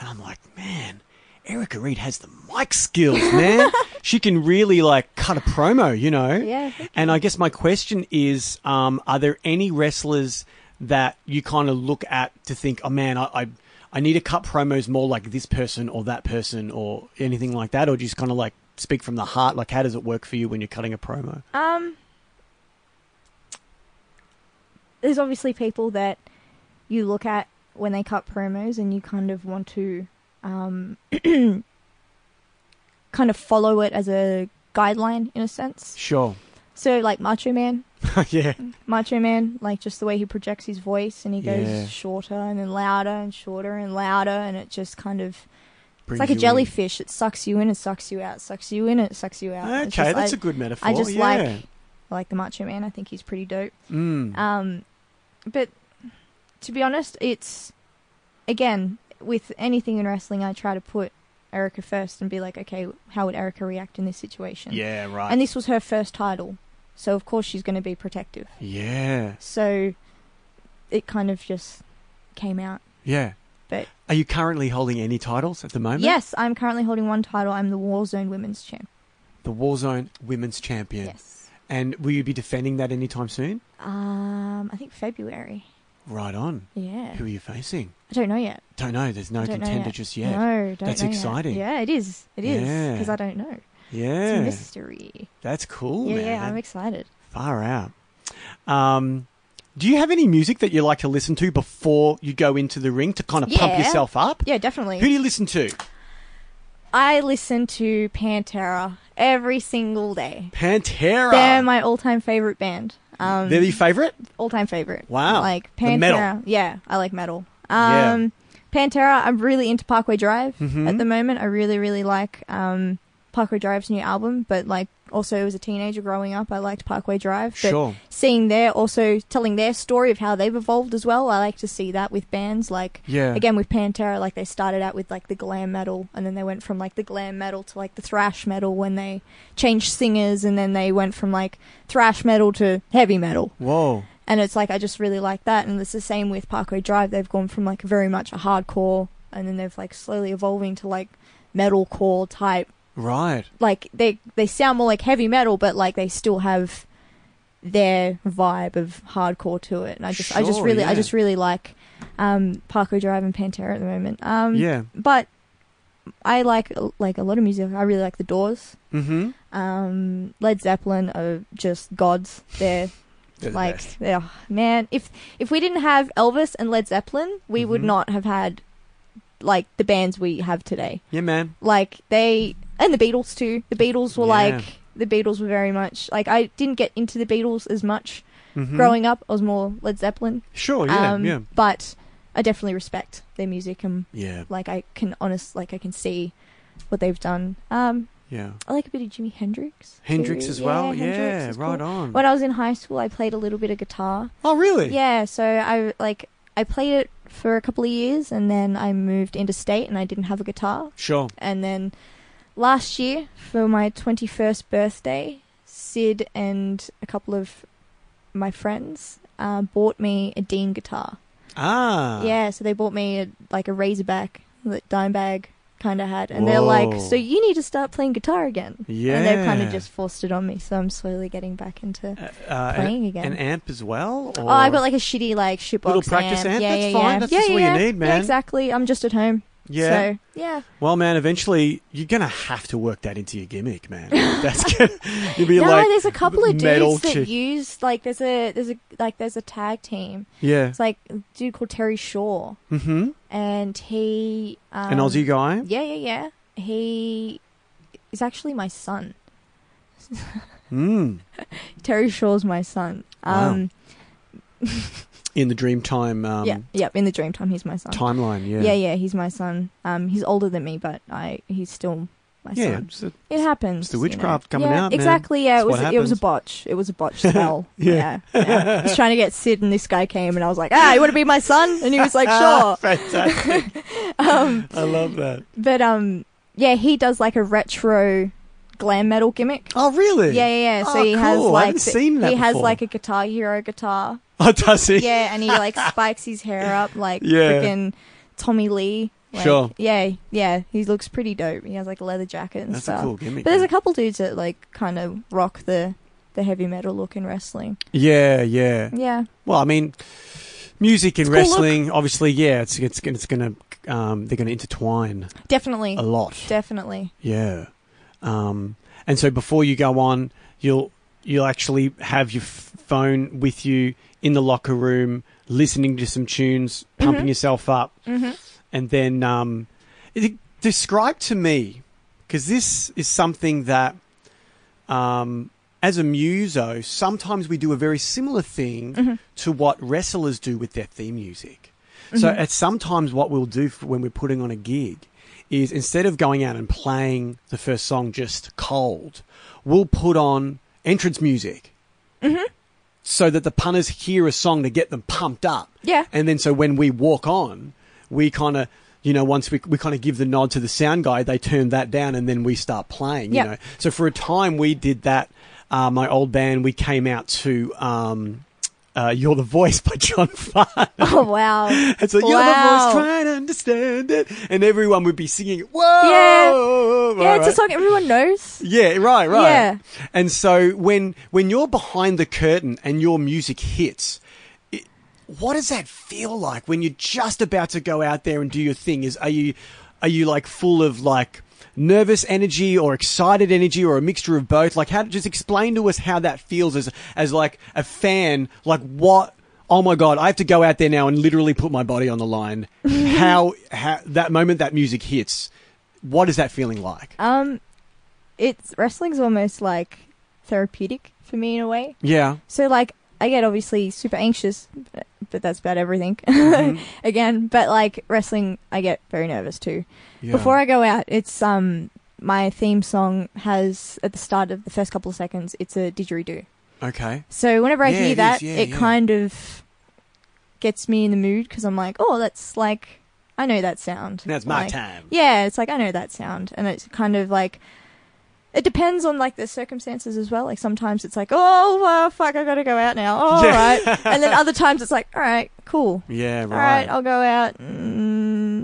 Speaker 1: and I'm like, man, Erica Reed has the mic skills, man. she can really like cut a promo, you know?
Speaker 4: Yeah, thank
Speaker 1: And I guess my question is um, are there any wrestlers that you kind of look at to think, oh man, I. I I need to cut promos more like this person or that person or anything like that, or just kind of like speak from the heart. Like, how does it work for you when you're cutting a promo?
Speaker 4: Um, there's obviously people that you look at when they cut promos, and you kind of want to um, kind of follow it as a guideline in a sense.
Speaker 1: Sure.
Speaker 4: So like Macho Man,
Speaker 1: yeah.
Speaker 4: Macho Man, like just the way he projects his voice and he goes
Speaker 1: Yeah.
Speaker 4: shorter and then louder and shorter and louder and it just kind of it's
Speaker 1: Brings
Speaker 4: like a
Speaker 1: you in.
Speaker 4: jellyfish. It sucks you in, it sucks you out, sucks you in, it sucks you out.
Speaker 1: Okay,
Speaker 4: It's just
Speaker 1: that's
Speaker 4: I-
Speaker 1: a good metaphor.
Speaker 4: I just
Speaker 1: yeah.
Speaker 4: like I like the Macho Man. I think he's pretty dope.
Speaker 1: Mm.
Speaker 4: Um, but to be honest, it's again with anything in wrestling, I try to put Erica first and be like, okay, how would Erica react in this situation?
Speaker 1: yeah, right.
Speaker 4: And this was her first title, so of course she's going to be protective.
Speaker 1: yeah,
Speaker 4: So it kind of just came out.
Speaker 1: yeah.
Speaker 4: But
Speaker 1: Are you currently holding any titles at the moment?
Speaker 4: yes, I'm currently holding one title. I'm the Warzone Women's Champ.
Speaker 1: The Warzone Women's Champion.
Speaker 4: Yes.
Speaker 1: And will you be defending that anytime soon?
Speaker 4: Um, I think February.
Speaker 1: Right on.
Speaker 4: Yeah.
Speaker 1: Who are you facing?
Speaker 4: I don't know yet.
Speaker 1: Don't know. There's no
Speaker 4: I don't know
Speaker 1: contender
Speaker 4: yet.
Speaker 1: just yet.
Speaker 4: No, don't
Speaker 1: That's
Speaker 4: know yet.
Speaker 1: exciting.
Speaker 4: Yeah, it is. It is
Speaker 1: Yeah.
Speaker 4: because I don't know. It's a
Speaker 1: Yeah,
Speaker 4: mystery.
Speaker 1: that's cool,
Speaker 4: yeah,
Speaker 1: man.
Speaker 4: yeah, I'm excited.
Speaker 1: Far out. Um, do you have any music that you like to listen to before you go into the ring to kind of pump
Speaker 4: Yeah.
Speaker 1: yourself up?
Speaker 4: Yeah, definitely.
Speaker 1: Who do you listen to?
Speaker 4: I listen to Pantera every single day.
Speaker 1: Pantera.
Speaker 4: They're my all-time favorite band. Um,
Speaker 1: They're your favorite?
Speaker 4: all time favorite.
Speaker 1: Wow.
Speaker 4: Like
Speaker 1: The
Speaker 4: Pantera.
Speaker 1: metal.
Speaker 4: Yeah, I like metal.
Speaker 1: Yeah.
Speaker 4: Um Pantera, I'm really into Parkway Drive
Speaker 1: Mm-hmm.
Speaker 4: at the moment. I really, really like um Parkway Drive's new album, but like also as a teenager growing up I liked Parkway Drive. But
Speaker 1: Sure.
Speaker 4: seeing their also telling their story of how they've evolved as well. I like to see that with bands like
Speaker 1: Yeah.
Speaker 4: again with Pantera, like they started out with like the glam metal and then they went from like the glam metal to like the thrash metal when they changed singers and then they went from like thrash metal to heavy metal.
Speaker 1: Whoa.
Speaker 4: And it's like I just really like that. And it's the same with Parkway Drive. They've gone from like very much a hardcore, and then they've like slowly evolving to like metalcore type.
Speaker 1: Right.
Speaker 4: Like they they sound more like heavy metal, but like they still have their vibe of hardcore to it. And I just I just
Speaker 1: Sure,
Speaker 4: really
Speaker 1: yeah.
Speaker 4: I just really like um, Parkway Drive and Pantera at the moment. Um,
Speaker 1: Yeah.
Speaker 4: But I like like a lot of music. I really like The Doors.
Speaker 1: Mm-hmm.
Speaker 4: Um, Led Zeppelin are just gods. They're like yeah, man if if we didn't have elvis and led zeppelin we would
Speaker 1: Mhm.
Speaker 4: not have had like the bands we have today
Speaker 1: yeah, man.
Speaker 4: like they and the beatles too the beatles were
Speaker 1: Yeah.
Speaker 4: like the beatles were very much like i didn't get into the beatles as much
Speaker 1: Mhm.
Speaker 4: growing up i was more led zeppelin
Speaker 1: Sure. Oh, Yeah.
Speaker 4: um
Speaker 1: yeah.
Speaker 4: but i definitely respect their music and
Speaker 1: Yeah.
Speaker 4: like i can honest like i can see what they've done um
Speaker 1: Yeah.
Speaker 4: I like a bit of Jimi Hendrix.
Speaker 1: Hendrix
Speaker 4: too.
Speaker 1: as well.
Speaker 4: Hendrix
Speaker 1: Yeah,
Speaker 4: is
Speaker 1: right on.
Speaker 4: When I was in high school, I played a little bit of guitar.
Speaker 1: Oh, really?
Speaker 4: Yeah, so I like I played it for a couple of years, and then I moved interstate, and I didn't have a guitar.
Speaker 1: Sure.
Speaker 4: And then last year, for my 21st birthday, Sid and a couple of my friends uh, bought me a Dean guitar.
Speaker 1: Ah.
Speaker 4: Yeah, so they bought me a, like a Razorback, like dime bag kind of hat, and they're like,
Speaker 1: Whoa.
Speaker 4: "So you need to start playing guitar again."
Speaker 1: Yeah.
Speaker 4: And they've kind of just forced it on me, so I'm slowly getting back into.
Speaker 1: Uh, uh,
Speaker 4: playing
Speaker 1: an,
Speaker 4: again.
Speaker 1: an amp as well. Or?
Speaker 4: Oh, I've got like a shitty like shoebox
Speaker 1: Little practice amp?
Speaker 4: Yeah,
Speaker 1: That's
Speaker 4: yeah,
Speaker 1: fine.
Speaker 4: yeah.
Speaker 1: That's
Speaker 4: yeah,
Speaker 1: just
Speaker 4: yeah,
Speaker 1: what you
Speaker 4: yeah.
Speaker 1: need,
Speaker 4: Yeah,
Speaker 1: man.
Speaker 4: exactly. I'm just at home.
Speaker 1: yeah.
Speaker 4: So, yeah.
Speaker 1: Well, man, eventually you're gonna have to work that into your gimmick, man. That's gonna, you'll be
Speaker 4: no,
Speaker 1: like
Speaker 4: there's a couple of
Speaker 1: metal
Speaker 4: dudes that
Speaker 1: chick.
Speaker 4: use like there's a there's a like there's a tag team.
Speaker 1: yeah,
Speaker 4: It's like a dude called Terry Shaw,
Speaker 1: mm-hmm.
Speaker 4: and he um,
Speaker 1: an Aussie guy.
Speaker 4: Yeah, yeah, yeah. He is actually my son.
Speaker 1: Mm.
Speaker 4: Terry Shaw's my son.
Speaker 1: Wow.
Speaker 4: Um,
Speaker 1: In the Dreamtime um,
Speaker 4: yeah, yeah. In the Dreamtime, he's my son.
Speaker 1: timeline, yeah,
Speaker 4: yeah. yeah, he's my son. Um, he's older than me, but I he's still my
Speaker 1: yeah.
Speaker 4: son.
Speaker 1: it's a-
Speaker 4: It happens.
Speaker 1: It's the
Speaker 4: you know.
Speaker 1: witchcraft coming
Speaker 4: yeah,
Speaker 1: out, man.
Speaker 4: Exactly. Yeah,
Speaker 1: It's
Speaker 4: it
Speaker 1: what
Speaker 4: was. It was a
Speaker 1: happens.
Speaker 4: botch. It was a botch spell.
Speaker 1: Yeah.
Speaker 4: yeah. yeah. I was trying to get Sid, and this guy came, and I was like, "Ah, you want to be my son?" And he was like,
Speaker 1: Ah,
Speaker 4: "Sure."
Speaker 1: fantastic.
Speaker 4: Um,
Speaker 1: I love that.
Speaker 4: but um, yeah, he does like a retro glam metal gimmick.
Speaker 1: Oh, really?
Speaker 4: Yeah, yeah, yeah. So
Speaker 1: Oh,
Speaker 4: he has
Speaker 1: cool. I
Speaker 4: like
Speaker 1: haven't seen that
Speaker 4: he has
Speaker 1: before.
Speaker 4: like a guitar hero guitar.
Speaker 1: Oh, does he?
Speaker 4: Yeah, and he like spikes his hair up like
Speaker 1: Yeah.
Speaker 4: freaking Tommy Lee. Like,
Speaker 1: Sure.
Speaker 4: Yeah, yeah. He looks pretty dope. He has like a leather jacket and
Speaker 1: That's
Speaker 4: stuff.
Speaker 1: a cool gimmick.
Speaker 4: But there's a
Speaker 1: man.
Speaker 4: couple dudes that like kind of rock the the heavy metal look in wrestling.
Speaker 1: yeah, yeah.
Speaker 4: Yeah,
Speaker 1: Well, I mean, music and
Speaker 4: It's a cool look.
Speaker 1: wrestling, obviously, yeah, it's it's gonna- it's gonna um, they're gonna intertwine
Speaker 4: definitely,
Speaker 1: a lot.
Speaker 4: definitely.
Speaker 1: Yeah. Um, and so before you go on, you'll you'll actually have your f- phone with you in the locker room, listening to some tunes, pumping yourself up,
Speaker 4: hmm
Speaker 1: and then um, it, describe to me because this is something that um, as a muso, sometimes we do a very similar thing to what wrestlers do with their theme music. So at sometimes what we'll do for when we're putting on a gig is instead of going out and playing the first song just cold, we'll put on entrance music. So that the punters hear a song to get them pumped up.
Speaker 4: Yeah.
Speaker 1: And then so when we walk on, we kind of, you know, once we, we kind of give the nod to the sound guy, they turn that down and then we start playing, you
Speaker 4: Yep.
Speaker 1: know. So for a time we did that. Uh, my old band, we came out to um, uh, You're the Voice by John Farr.
Speaker 4: Oh wow.
Speaker 1: And so you're
Speaker 4: wow.
Speaker 1: the voice, try and understand it. And everyone would be singing, whoa!
Speaker 4: Yeah,
Speaker 1: All
Speaker 4: it's
Speaker 1: right.
Speaker 4: a song everyone knows.
Speaker 1: Yeah, right, right.
Speaker 4: Yeah.
Speaker 1: And so when when you're behind the curtain and your music hits, it, what does that feel like when you're just about to go out there and do your thing? Is are you are you like full of like nervous energy or excited energy or a mixture of both? Like how just explain to us how that feels as as like a fan, like what Oh my god! I have to go out there now and literally put my body on the line. how, how that moment that music hits, what is that feeling like?
Speaker 4: Um, it's wrestling's almost like therapeutic for me in a way.
Speaker 1: yeah,
Speaker 4: So like I get obviously super anxious, but, but that's about everything
Speaker 1: Mm-hmm.
Speaker 4: again. But like wrestling, I get very nervous too.
Speaker 1: Yeah.
Speaker 4: Before I go out, it's um my theme song has at the start of the first couple of seconds, it's a didgeridoo.
Speaker 1: Okay.
Speaker 4: So whenever I
Speaker 1: Yeah, it
Speaker 4: hear
Speaker 1: is.
Speaker 4: that,
Speaker 1: Yeah,
Speaker 4: it
Speaker 1: yeah.
Speaker 4: kind of gets me in the mood because I'm like, oh, that's like I know that sound.
Speaker 1: Now it's my
Speaker 4: Like,
Speaker 1: time.
Speaker 4: yeah, it's like I know that sound, and it's kind of like it depends on like the circumstances as well. Like sometimes it's like, oh well, fuck, I gotta go out now. Oh,
Speaker 1: Yeah.
Speaker 4: all right, and then other times it's like, all right, cool,
Speaker 1: Yeah,
Speaker 4: all right, I'll go out mm,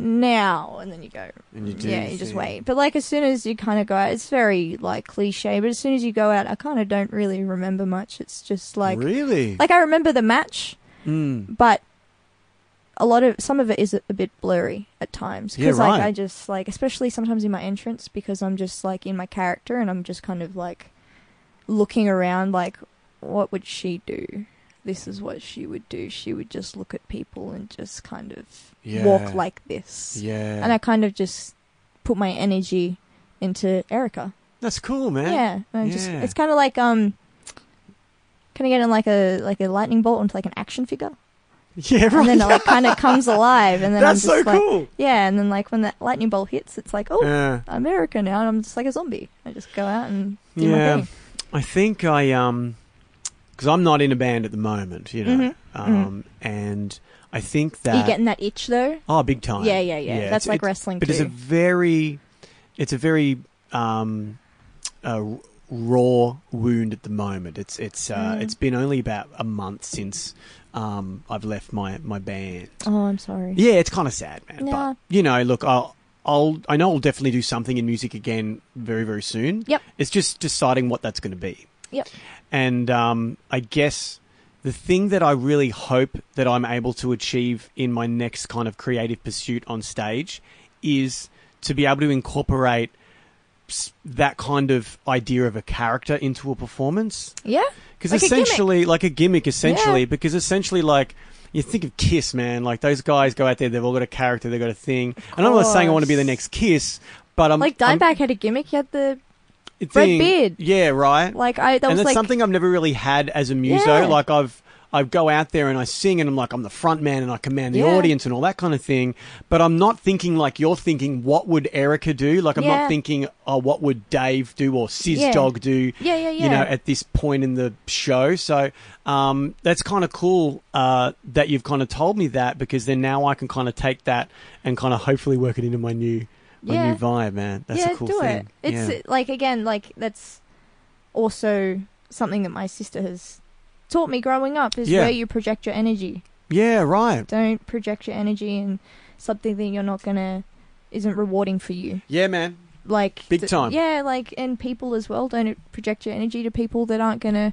Speaker 4: now, and then you go.
Speaker 1: and you do
Speaker 4: yeah,
Speaker 1: your
Speaker 4: you just
Speaker 1: thing.
Speaker 4: wait. But like as soon as you kind of go out, it's very like cliche. But as soon as you go out, I kind of don't really remember much. It's just like
Speaker 1: really?
Speaker 4: like I remember the match,
Speaker 1: Mm.
Speaker 4: but a lot of some of it is a bit blurry at times
Speaker 1: Yeah,
Speaker 4: because
Speaker 1: right.
Speaker 4: like I just like especially sometimes in my entrance because I'm just like in my character and I'm just kind of like looking around like what would she do? This is what she would do. She would just look at people and just kind of
Speaker 1: Yeah.
Speaker 4: walk like this.
Speaker 1: Yeah.
Speaker 4: And I kind of just put my energy into Erica.
Speaker 1: That's cool, man.
Speaker 4: Yeah, and I just
Speaker 1: Yeah.
Speaker 4: it's kind of like um, kind of getting like a like a lightning bolt into like an action figure.
Speaker 1: Yeah,
Speaker 4: and
Speaker 1: right.
Speaker 4: then it like, kind of comes alive, and then
Speaker 1: That's
Speaker 4: I'm
Speaker 1: so
Speaker 4: just like,
Speaker 1: cool.
Speaker 4: yeah, and then like when that lightning bolt hits, it's like, oh,
Speaker 1: Yeah.
Speaker 4: America now, and I'm just like a zombie. I just go out and do
Speaker 1: Yeah.
Speaker 4: my thing.
Speaker 1: I think I um because I'm not in a band at the moment, you know,
Speaker 4: Mhm,
Speaker 1: um, and I think
Speaker 4: Are
Speaker 1: that
Speaker 4: you getting that itch though?
Speaker 1: oh, big time.
Speaker 4: Yeah, yeah, yeah. That's
Speaker 1: it's-
Speaker 4: like
Speaker 1: it's-
Speaker 4: wrestling
Speaker 1: but it's a
Speaker 4: too.
Speaker 1: very, it's a very um, uh, raw wound at the moment. It's it's uh,
Speaker 4: Mm.
Speaker 1: it's been only about a month since um, I've left my my band.
Speaker 4: oh, I'm sorry.
Speaker 1: Yeah, it's kind of sad, man.
Speaker 4: Yeah.
Speaker 1: But you know, look, I'll. I'll, I know I'll definitely do something in music again very, very soon.
Speaker 4: Yep.
Speaker 1: It's just deciding what that's going to be.
Speaker 4: Yep.
Speaker 1: And um, I guess the thing that I really hope that I'm able to achieve in my next kind of creative pursuit on stage is to be able to incorporate s- that kind of idea of a character into a performance.
Speaker 4: Yeah.
Speaker 1: Because
Speaker 4: Like a gimmick.
Speaker 1: essentially, like a gimmick, essentially,
Speaker 4: Yeah.
Speaker 1: because essentially, like you think of Kiss, man. Like those guys go out there, they've all got a character, they've got a thing. And I'm not saying I want to be the
Speaker 4: course.
Speaker 1: next Kiss, but I'm
Speaker 4: Like
Speaker 1: I'm-
Speaker 4: Dimebag had a gimmick. He had the
Speaker 1: thing-
Speaker 4: Red Beard.
Speaker 1: Yeah, right.
Speaker 4: like I that
Speaker 1: and
Speaker 4: was
Speaker 1: it's
Speaker 4: like
Speaker 1: something I've never really had as a muso.
Speaker 4: Yeah.
Speaker 1: Like I've I go out there and I sing and I'm like I'm the front man and I command the
Speaker 4: Yeah.
Speaker 1: audience and all that kind of thing. But I'm not thinking like you're thinking. What would Erica do? Like I'm
Speaker 4: Yeah.
Speaker 1: not thinking. Oh, what would Dave do or Sizz
Speaker 4: Yeah.
Speaker 1: Dog do?
Speaker 4: Yeah, yeah,
Speaker 1: You know,
Speaker 4: yeah.
Speaker 1: at this point in the show. So um, that's kind of cool uh, that you've kind of told me that because then now I can kind of take that and kind of hopefully work it into my new my
Speaker 4: Yeah.
Speaker 1: new vibe, man. That's
Speaker 4: yeah,
Speaker 1: a cool
Speaker 4: do
Speaker 1: thing.
Speaker 4: it. It's
Speaker 1: yeah.
Speaker 4: uh, like again, like that's also something that my sister has taught me growing up is
Speaker 1: Yeah.
Speaker 4: where you project your energy.
Speaker 1: yeah, right.
Speaker 4: Don't project your energy in something that you're not gonna isn't rewarding for you.
Speaker 1: Yeah, man.
Speaker 4: Like
Speaker 1: Big
Speaker 4: th-
Speaker 1: time.
Speaker 4: Yeah, like and people as well. Don't project your energy to people that aren't gonna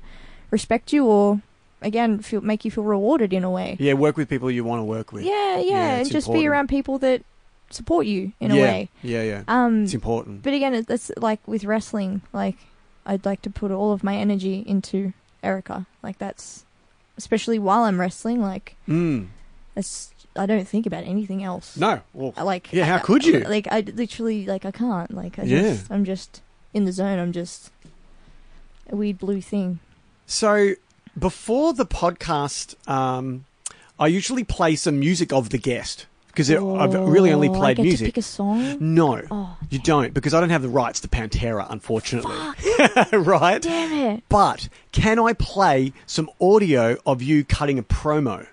Speaker 4: respect you or again feel make you feel rewarded in a way.
Speaker 1: Yeah, work with people you want to work with.
Speaker 4: Yeah, yeah,
Speaker 1: Yeah,
Speaker 4: and
Speaker 1: it's
Speaker 4: just be
Speaker 1: important.
Speaker 4: around people that support you in
Speaker 1: yeah.
Speaker 4: a way.
Speaker 1: Yeah, yeah.
Speaker 4: Um,
Speaker 1: It's important.
Speaker 4: But again, it- that's like with wrestling. Like, I'd like to put all of my energy into Erica. Like, that's especially while I'm wrestling. Like,
Speaker 1: Mm.
Speaker 4: that's I don't think about anything else.
Speaker 1: No. Well,
Speaker 4: I, Like,
Speaker 1: Yeah, how
Speaker 4: I-
Speaker 1: could you?
Speaker 4: Like, I literally like I can't. Like, I
Speaker 1: Yeah.
Speaker 4: just I'm just in the zone. I'm just a weird blue thing.
Speaker 1: so before the podcast, um, I usually play some music of the guest because I've really only
Speaker 4: Oh, I
Speaker 1: played
Speaker 4: get to
Speaker 1: music.
Speaker 4: pick a song.
Speaker 1: no,
Speaker 4: Oh,
Speaker 1: you don't because I don't have the rights to Pantera, unfortunately.
Speaker 4: fuck!
Speaker 1: right?
Speaker 4: Damn it!
Speaker 1: But can I play some audio of you cutting a promo?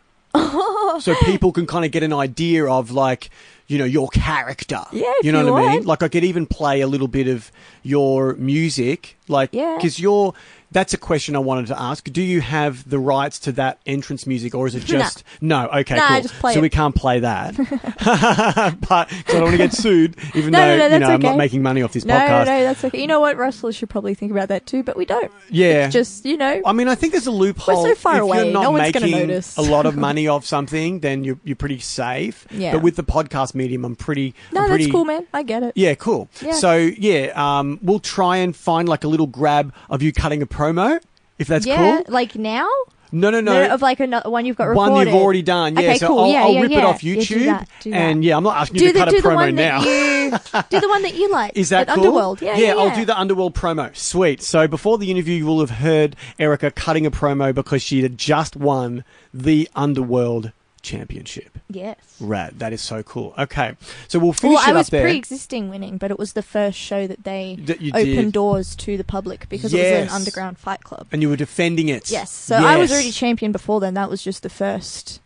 Speaker 1: so people can kind of get an idea of like, you know, your character.
Speaker 4: Yeah, if
Speaker 1: you know
Speaker 4: you
Speaker 1: what I mean.
Speaker 4: want.
Speaker 1: Like I could even play a little bit of your music, like
Speaker 4: Yeah.
Speaker 1: because you're. That's a question I wanted to ask. Do you have the rights to that entrance music, or is it
Speaker 4: Nah.
Speaker 1: just no? Okay,
Speaker 4: Nah,
Speaker 1: cool.
Speaker 4: just play
Speaker 1: so
Speaker 4: it.
Speaker 1: we can't play that, but 'cause I don't want to get sued. Even
Speaker 4: No, no,
Speaker 1: though
Speaker 4: no,
Speaker 1: you
Speaker 4: that's
Speaker 1: know I'm not
Speaker 4: okay.
Speaker 1: making money off this
Speaker 4: No, no,
Speaker 1: podcast.
Speaker 4: no, that's okay. You know what? Wrestlers should probably think about that too, but we don't.
Speaker 1: Yeah,
Speaker 4: Just you know,
Speaker 1: I mean, I think there's a loophole.
Speaker 4: We're so far
Speaker 1: if
Speaker 4: away,
Speaker 1: You're not
Speaker 4: no one's gonna
Speaker 1: making
Speaker 4: notice.
Speaker 1: a lot of money off something, then you're you're pretty safe.
Speaker 4: Yeah.
Speaker 1: But with the podcast medium, I'm pretty.
Speaker 4: no,
Speaker 1: I'm
Speaker 4: that's
Speaker 1: pretty,
Speaker 4: cool, man. I get it.
Speaker 1: Yeah, cool.
Speaker 4: Yeah.
Speaker 1: So yeah, um, we'll try and find like a little grab of you cutting a promo, if that's
Speaker 4: yeah,
Speaker 1: cool.
Speaker 4: like now?
Speaker 1: No, no,
Speaker 4: No,
Speaker 1: no.
Speaker 4: of like another one you've got recorded.
Speaker 1: one you've already done. Yeah.
Speaker 4: Okay,
Speaker 1: so
Speaker 4: cool.
Speaker 1: I'll,
Speaker 4: yeah,
Speaker 1: I'll
Speaker 4: yeah,
Speaker 1: rip
Speaker 4: yeah.
Speaker 1: it off
Speaker 4: Yeah,
Speaker 1: YouTube.
Speaker 4: do that, do that.
Speaker 1: And yeah, I'm not asking
Speaker 4: do
Speaker 1: you to
Speaker 4: the,
Speaker 1: cut
Speaker 4: do
Speaker 1: a
Speaker 4: the
Speaker 1: promo
Speaker 4: one
Speaker 1: now.
Speaker 4: that you do the one that you like.
Speaker 1: Is that
Speaker 4: Like
Speaker 1: cool?
Speaker 4: Underworld? Yeah, yeah,
Speaker 1: I'll do the Underworld promo. Sweet. So before the interview, you will have heard Erica cutting a promo because she had just won the Underworld Championship.
Speaker 4: Yes.
Speaker 1: Rad. That is so cool. Okay. So we'll finish
Speaker 4: Well,
Speaker 1: it
Speaker 4: I was
Speaker 1: up there.
Speaker 4: pre-existing winning, but it was the first show that they
Speaker 1: That you
Speaker 4: opened
Speaker 1: did.
Speaker 4: doors to the public because it was
Speaker 1: Yes.
Speaker 4: an underground fight club.
Speaker 1: and you were defending it.
Speaker 4: Yes. So I was
Speaker 1: Yes.
Speaker 4: already champion before then. That was just the first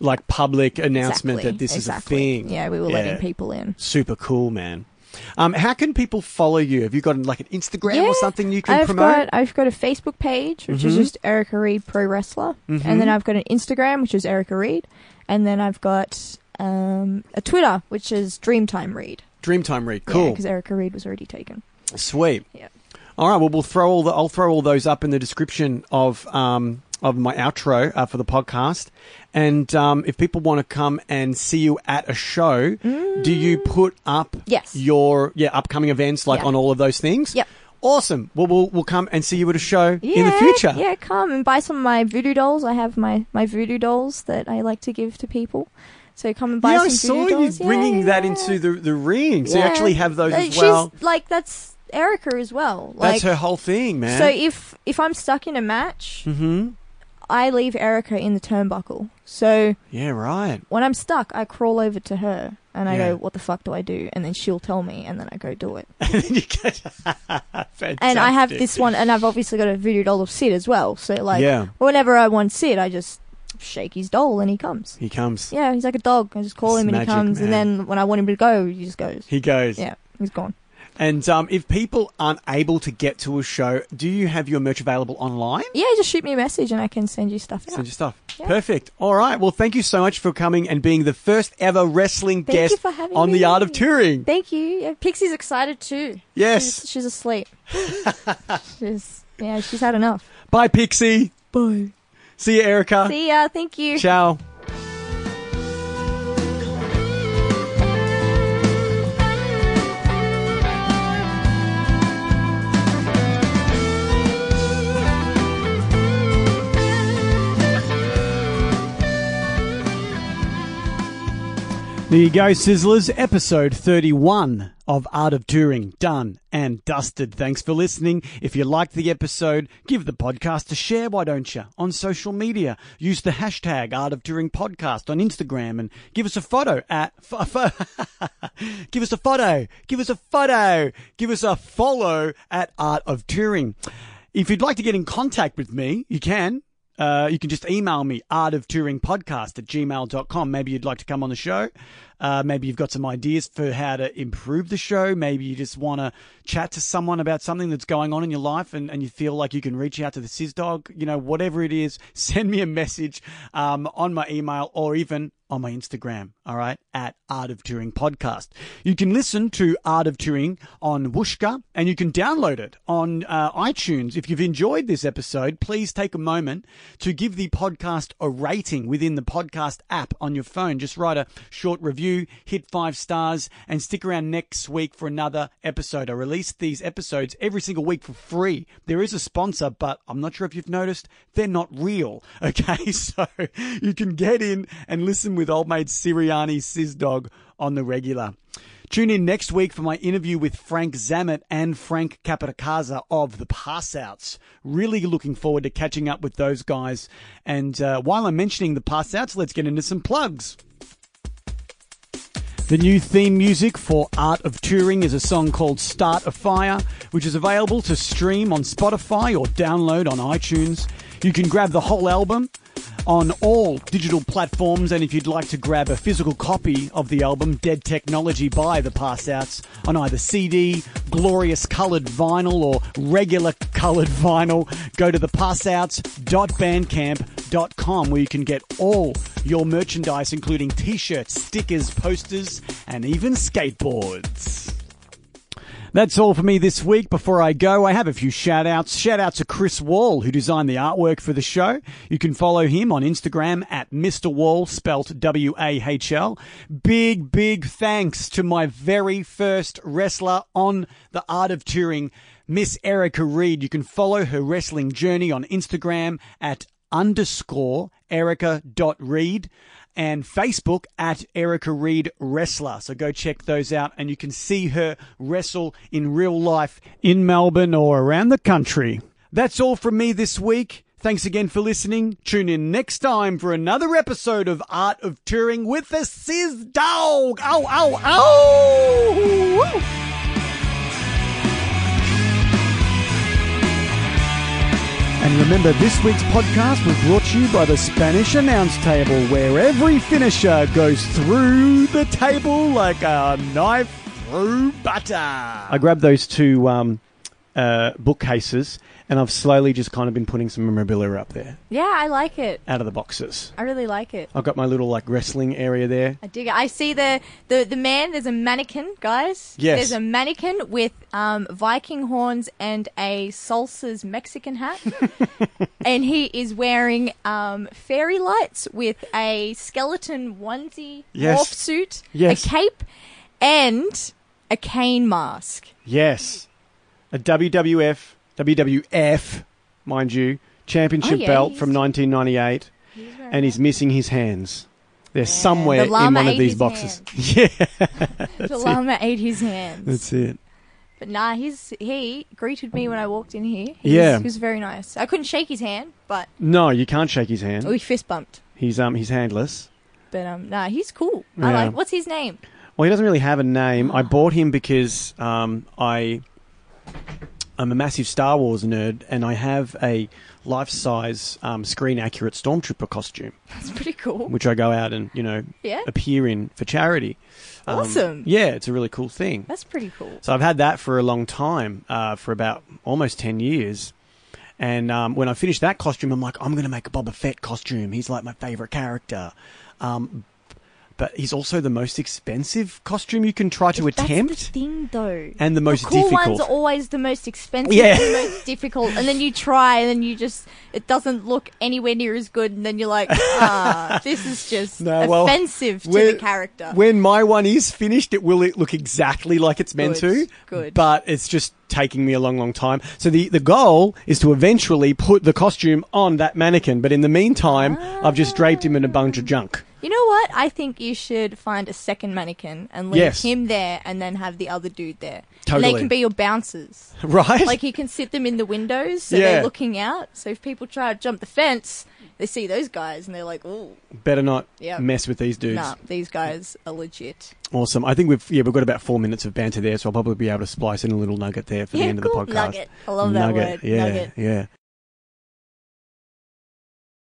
Speaker 1: like public announcement
Speaker 4: exactly,
Speaker 1: that this
Speaker 4: exactly.
Speaker 1: is a thing.
Speaker 4: Yeah, we were
Speaker 1: Yeah.
Speaker 4: letting people in.
Speaker 1: Super cool, man. Um, how can people follow you? Have you got like an Instagram
Speaker 4: Yeah,
Speaker 1: or something you can
Speaker 4: I've
Speaker 1: promote?
Speaker 4: got I've got a Facebook page which is
Speaker 1: Mhm.
Speaker 4: just Erica Reed Pro Wrestler,
Speaker 1: Mm-hmm.
Speaker 4: and then I've got an Instagram which is Erica Reed, and then I've got um, a Twitter which is Dreamtime Reed.
Speaker 1: Dreamtime Read. Cool.
Speaker 4: because Erica Reed was already taken.
Speaker 1: Sweet.
Speaker 4: Yep.
Speaker 1: All right. Well, we'll throw all the. I'll throw all those up in the description of um of my outro uh, for the podcast. And um, if people want to come and see you at a show, do you put up
Speaker 4: Mm. Yes.
Speaker 1: your yeah upcoming events like
Speaker 4: Yeah.
Speaker 1: on all of those things?
Speaker 4: Yep.
Speaker 1: Awesome. Well, we'll we'll come and see you at a show
Speaker 4: Yeah,
Speaker 1: in the future.
Speaker 4: yeah, come and buy some of my voodoo dolls. I have my my voodoo dolls that I like to give to people. So come and buy
Speaker 1: Yeah, I
Speaker 4: some voodoo
Speaker 1: saw you
Speaker 4: dolls.
Speaker 1: bringing
Speaker 4: Yeah,
Speaker 1: that
Speaker 4: yeah.
Speaker 1: into the the ring. So you
Speaker 4: Yeah.
Speaker 1: actually have those
Speaker 4: Uh,
Speaker 1: as well.
Speaker 4: She's like that's Erica as well. Like,
Speaker 1: That's her whole thing, man.
Speaker 4: So if if I'm stuck in a match,
Speaker 1: hmm
Speaker 4: I leave Erica in the turnbuckle. So
Speaker 1: Yeah, right.
Speaker 4: when I'm stuck, I crawl over to her and I
Speaker 1: Yeah.
Speaker 4: go, "What the fuck do I do?" And then she'll tell me, and then I go do it.
Speaker 1: and then you get- Fantastic.
Speaker 4: And I have this one, and I've obviously got a voodoo doll of Sid as well. So like,
Speaker 1: yeah,
Speaker 4: whenever I want Sid, I just shake his doll and he comes.
Speaker 1: he comes.
Speaker 4: Yeah, he's like a dog. I just call
Speaker 1: It's
Speaker 4: him and he
Speaker 1: magic,
Speaker 4: comes, and
Speaker 1: man.
Speaker 4: then when I want him to go, he just goes.
Speaker 1: He goes.
Speaker 4: Yeah, he's gone.
Speaker 1: And um, if people aren't able to get to a show, do you have your merch available online?
Speaker 4: Yeah, just shoot me a message and I can send you stuff.
Speaker 1: Send
Speaker 4: Out.
Speaker 1: your stuff.
Speaker 4: Yeah.
Speaker 1: Perfect. All right. Well, thank you so much for coming and being the first ever wrestling
Speaker 4: Thank you
Speaker 1: guest
Speaker 4: for having
Speaker 1: on
Speaker 4: me.
Speaker 1: the Art of Touring.
Speaker 4: Thank you. Yeah, Pixie's excited too.
Speaker 1: Yes.
Speaker 4: she's, she's asleep. she's yeah, she's had enough.
Speaker 1: Bye, Pixie.
Speaker 4: Bye.
Speaker 1: See you, Erica.
Speaker 4: See ya. Thank you.
Speaker 1: Ciao. There you go, Sizzlers. Episode 31 of Art of Touring done and dusted. Thanks for listening. If you liked the episode, give the podcast a share, why don't you? On social media, use the hashtag Art of Touring Podcast on Instagram and give us a photo at. Fo- fo- give us a photo. Give us a photo. Give us a follow at Art of Touring. If you'd like to get in contact with me, you can. Uh, you can just email me, artoftouringpodcast at gmail.com. Maybe you'd like to come on the show. Uh, maybe you've got some ideas for how to improve the show. Maybe you just want to chat to someone about something that's going on in your life and, and you feel like you can reach out to the Sizz Dog. You know, whatever it is, send me a message um, on my email or even on my Instagram, all right, at Art of Touring Podcast. You can listen to Art of Touring on Wooshka and you can download it on uh, iTunes. If you've enjoyed this episode, please take a moment to give the podcast a rating within the podcast app on your phone. Just write a short review, hit five stars, and stick around next week for another episode. I release these episodes every single week for free. There is a sponsor, but I'm not sure if you've noticed, they're not real. Okay, so you can get in and listen with old mate Siriani Sizdog on the regular. Tune in next week for my interview with Frank Zammit and Frank Capitacasa of The Passouts. Really looking forward to catching up with those guys. And uh, while I'm mentioning The Passouts, let's get into some plugs. The new theme music for Art of Touring is a song called Start a Fire, which is available to stream on Spotify or download on iTunes. You can grab the whole album on all digital platforms, and if you'd like to grab a physical copy of the album Dead Technology by The Passouts on either CD, glorious coloured vinyl, or regular coloured vinyl, go to thepassouts.bandcamp.com where you can get all your merchandise, including t shirts, stickers, posters, and even skateboards. That's all for me this week. Before I go, I have a few shout outs. Shout out to Chris Wall, who designed the artwork for the show. You can follow him on Instagram at Mr. Wall, spelt W A H L. Big, big thanks to my very first wrestler on the Art of Touring, Miss Erica Reed. You can follow her wrestling journey on Instagram at underscore erica.reed and Facebook at Erica Reed Wrestler. So go check those out and you can see her wrestle in real life in Melbourne or around the country. That's all from me this week. Thanks again for listening. Tune in next time for another episode of Art of Touring with the Sizz Dog. Ow, ow, ow! Woo! And remember, this week's podcast was brought to you by the Spanish Announce Table, where every finisher goes through the table like a knife through butter. I grabbed those two um, uh, bookcases, and I've slowly just kind of been putting some memorabilia up there
Speaker 4: Yeah, I like it.
Speaker 1: out of the boxes.
Speaker 4: I really like it.
Speaker 1: I've got my little like wrestling area there.
Speaker 4: I dig it. I see the, the, the man. There's a mannequin, guys.
Speaker 1: Yes.
Speaker 4: There's a mannequin with um, Viking horns and a salsa's Mexican hat, and he is wearing um, fairy lights with a skeleton onesie,
Speaker 1: Yes.
Speaker 4: morph suit,
Speaker 1: Yes.
Speaker 4: a cape, and a cane mask.
Speaker 1: Yes, a WWF, WWF, mind you, championship
Speaker 4: yeah,
Speaker 1: belt
Speaker 4: he's-
Speaker 1: from 1998. and he's missing his hands. They're somewhere
Speaker 4: the
Speaker 1: in
Speaker 4: llama
Speaker 1: one of
Speaker 4: ate
Speaker 1: these
Speaker 4: his
Speaker 1: boxes. Yeah,
Speaker 4: The llama ate his hands.
Speaker 1: that's it.
Speaker 4: But nah, he's he greeted me when I walked in here. He
Speaker 1: Yeah.
Speaker 4: was, he was very nice. I couldn't shake his hand, but
Speaker 1: No, you can't shake his hand.
Speaker 4: we fist bumped.
Speaker 1: He's um he's handless.
Speaker 4: But um, nah, he's cool. I
Speaker 1: Yeah.
Speaker 4: like. What's his name?
Speaker 1: Well, he doesn't really have a name. I bought him because um, I I'm a massive Star Wars nerd, and I have a life-size um, screen-accurate stormtrooper costume,
Speaker 4: That's pretty cool.
Speaker 1: which I go out and you know
Speaker 4: Yeah,
Speaker 1: appear in for charity. Um,
Speaker 4: Awesome.
Speaker 1: Yeah, it's a really cool thing.
Speaker 4: that's pretty cool.
Speaker 1: So I've had that for a long time, uh, for about almost 10 years. And um, when I finished that costume, I'm like, I'm going to make a Boba Fett costume. He's like my favorite character. Um, but he's also the most expensive costume you can try to
Speaker 4: That's the
Speaker 1: attempt
Speaker 4: thing, though.
Speaker 1: and the most
Speaker 4: cool
Speaker 1: difficult.
Speaker 4: ones are always the most expensive,
Speaker 1: Yeah.
Speaker 4: the most difficult, and then you try, and then you just it doesn't look anywhere near as good, and then you're like, ah, this is just
Speaker 1: No, well,
Speaker 4: offensive to
Speaker 1: when-
Speaker 4: the character.
Speaker 1: When my one is finished, it will it look exactly like it's meant
Speaker 4: Good,
Speaker 1: to.
Speaker 4: good.
Speaker 1: But it's just taking me a long, long time. So the, the goal is to eventually put the costume on that mannequin. But in the meantime, I've just draped him in a bunch of junk.
Speaker 4: you know what? I think you should find a second mannequin and leave
Speaker 1: Yes.
Speaker 4: him there, and then have the other dude there. And
Speaker 1: Totally.
Speaker 4: they can be your bouncers.
Speaker 1: Right?
Speaker 4: Like you can sit them in the windows, so
Speaker 1: Yeah.
Speaker 4: they're looking out. So if people try to jump the fence, they see those guys, and they're like, oh,
Speaker 1: Better not
Speaker 4: Yeah.
Speaker 1: mess with these dudes.
Speaker 4: nah, these guys are legit.
Speaker 1: Awesome. I think we've yeah we've got about four minutes of banter there, so I'll probably be able to splice in a little nugget there for the end of the podcast.
Speaker 4: Nugget. I love that
Speaker 1: Nugget.
Speaker 4: word.
Speaker 1: Yeah,
Speaker 4: Nugget.
Speaker 1: yeah.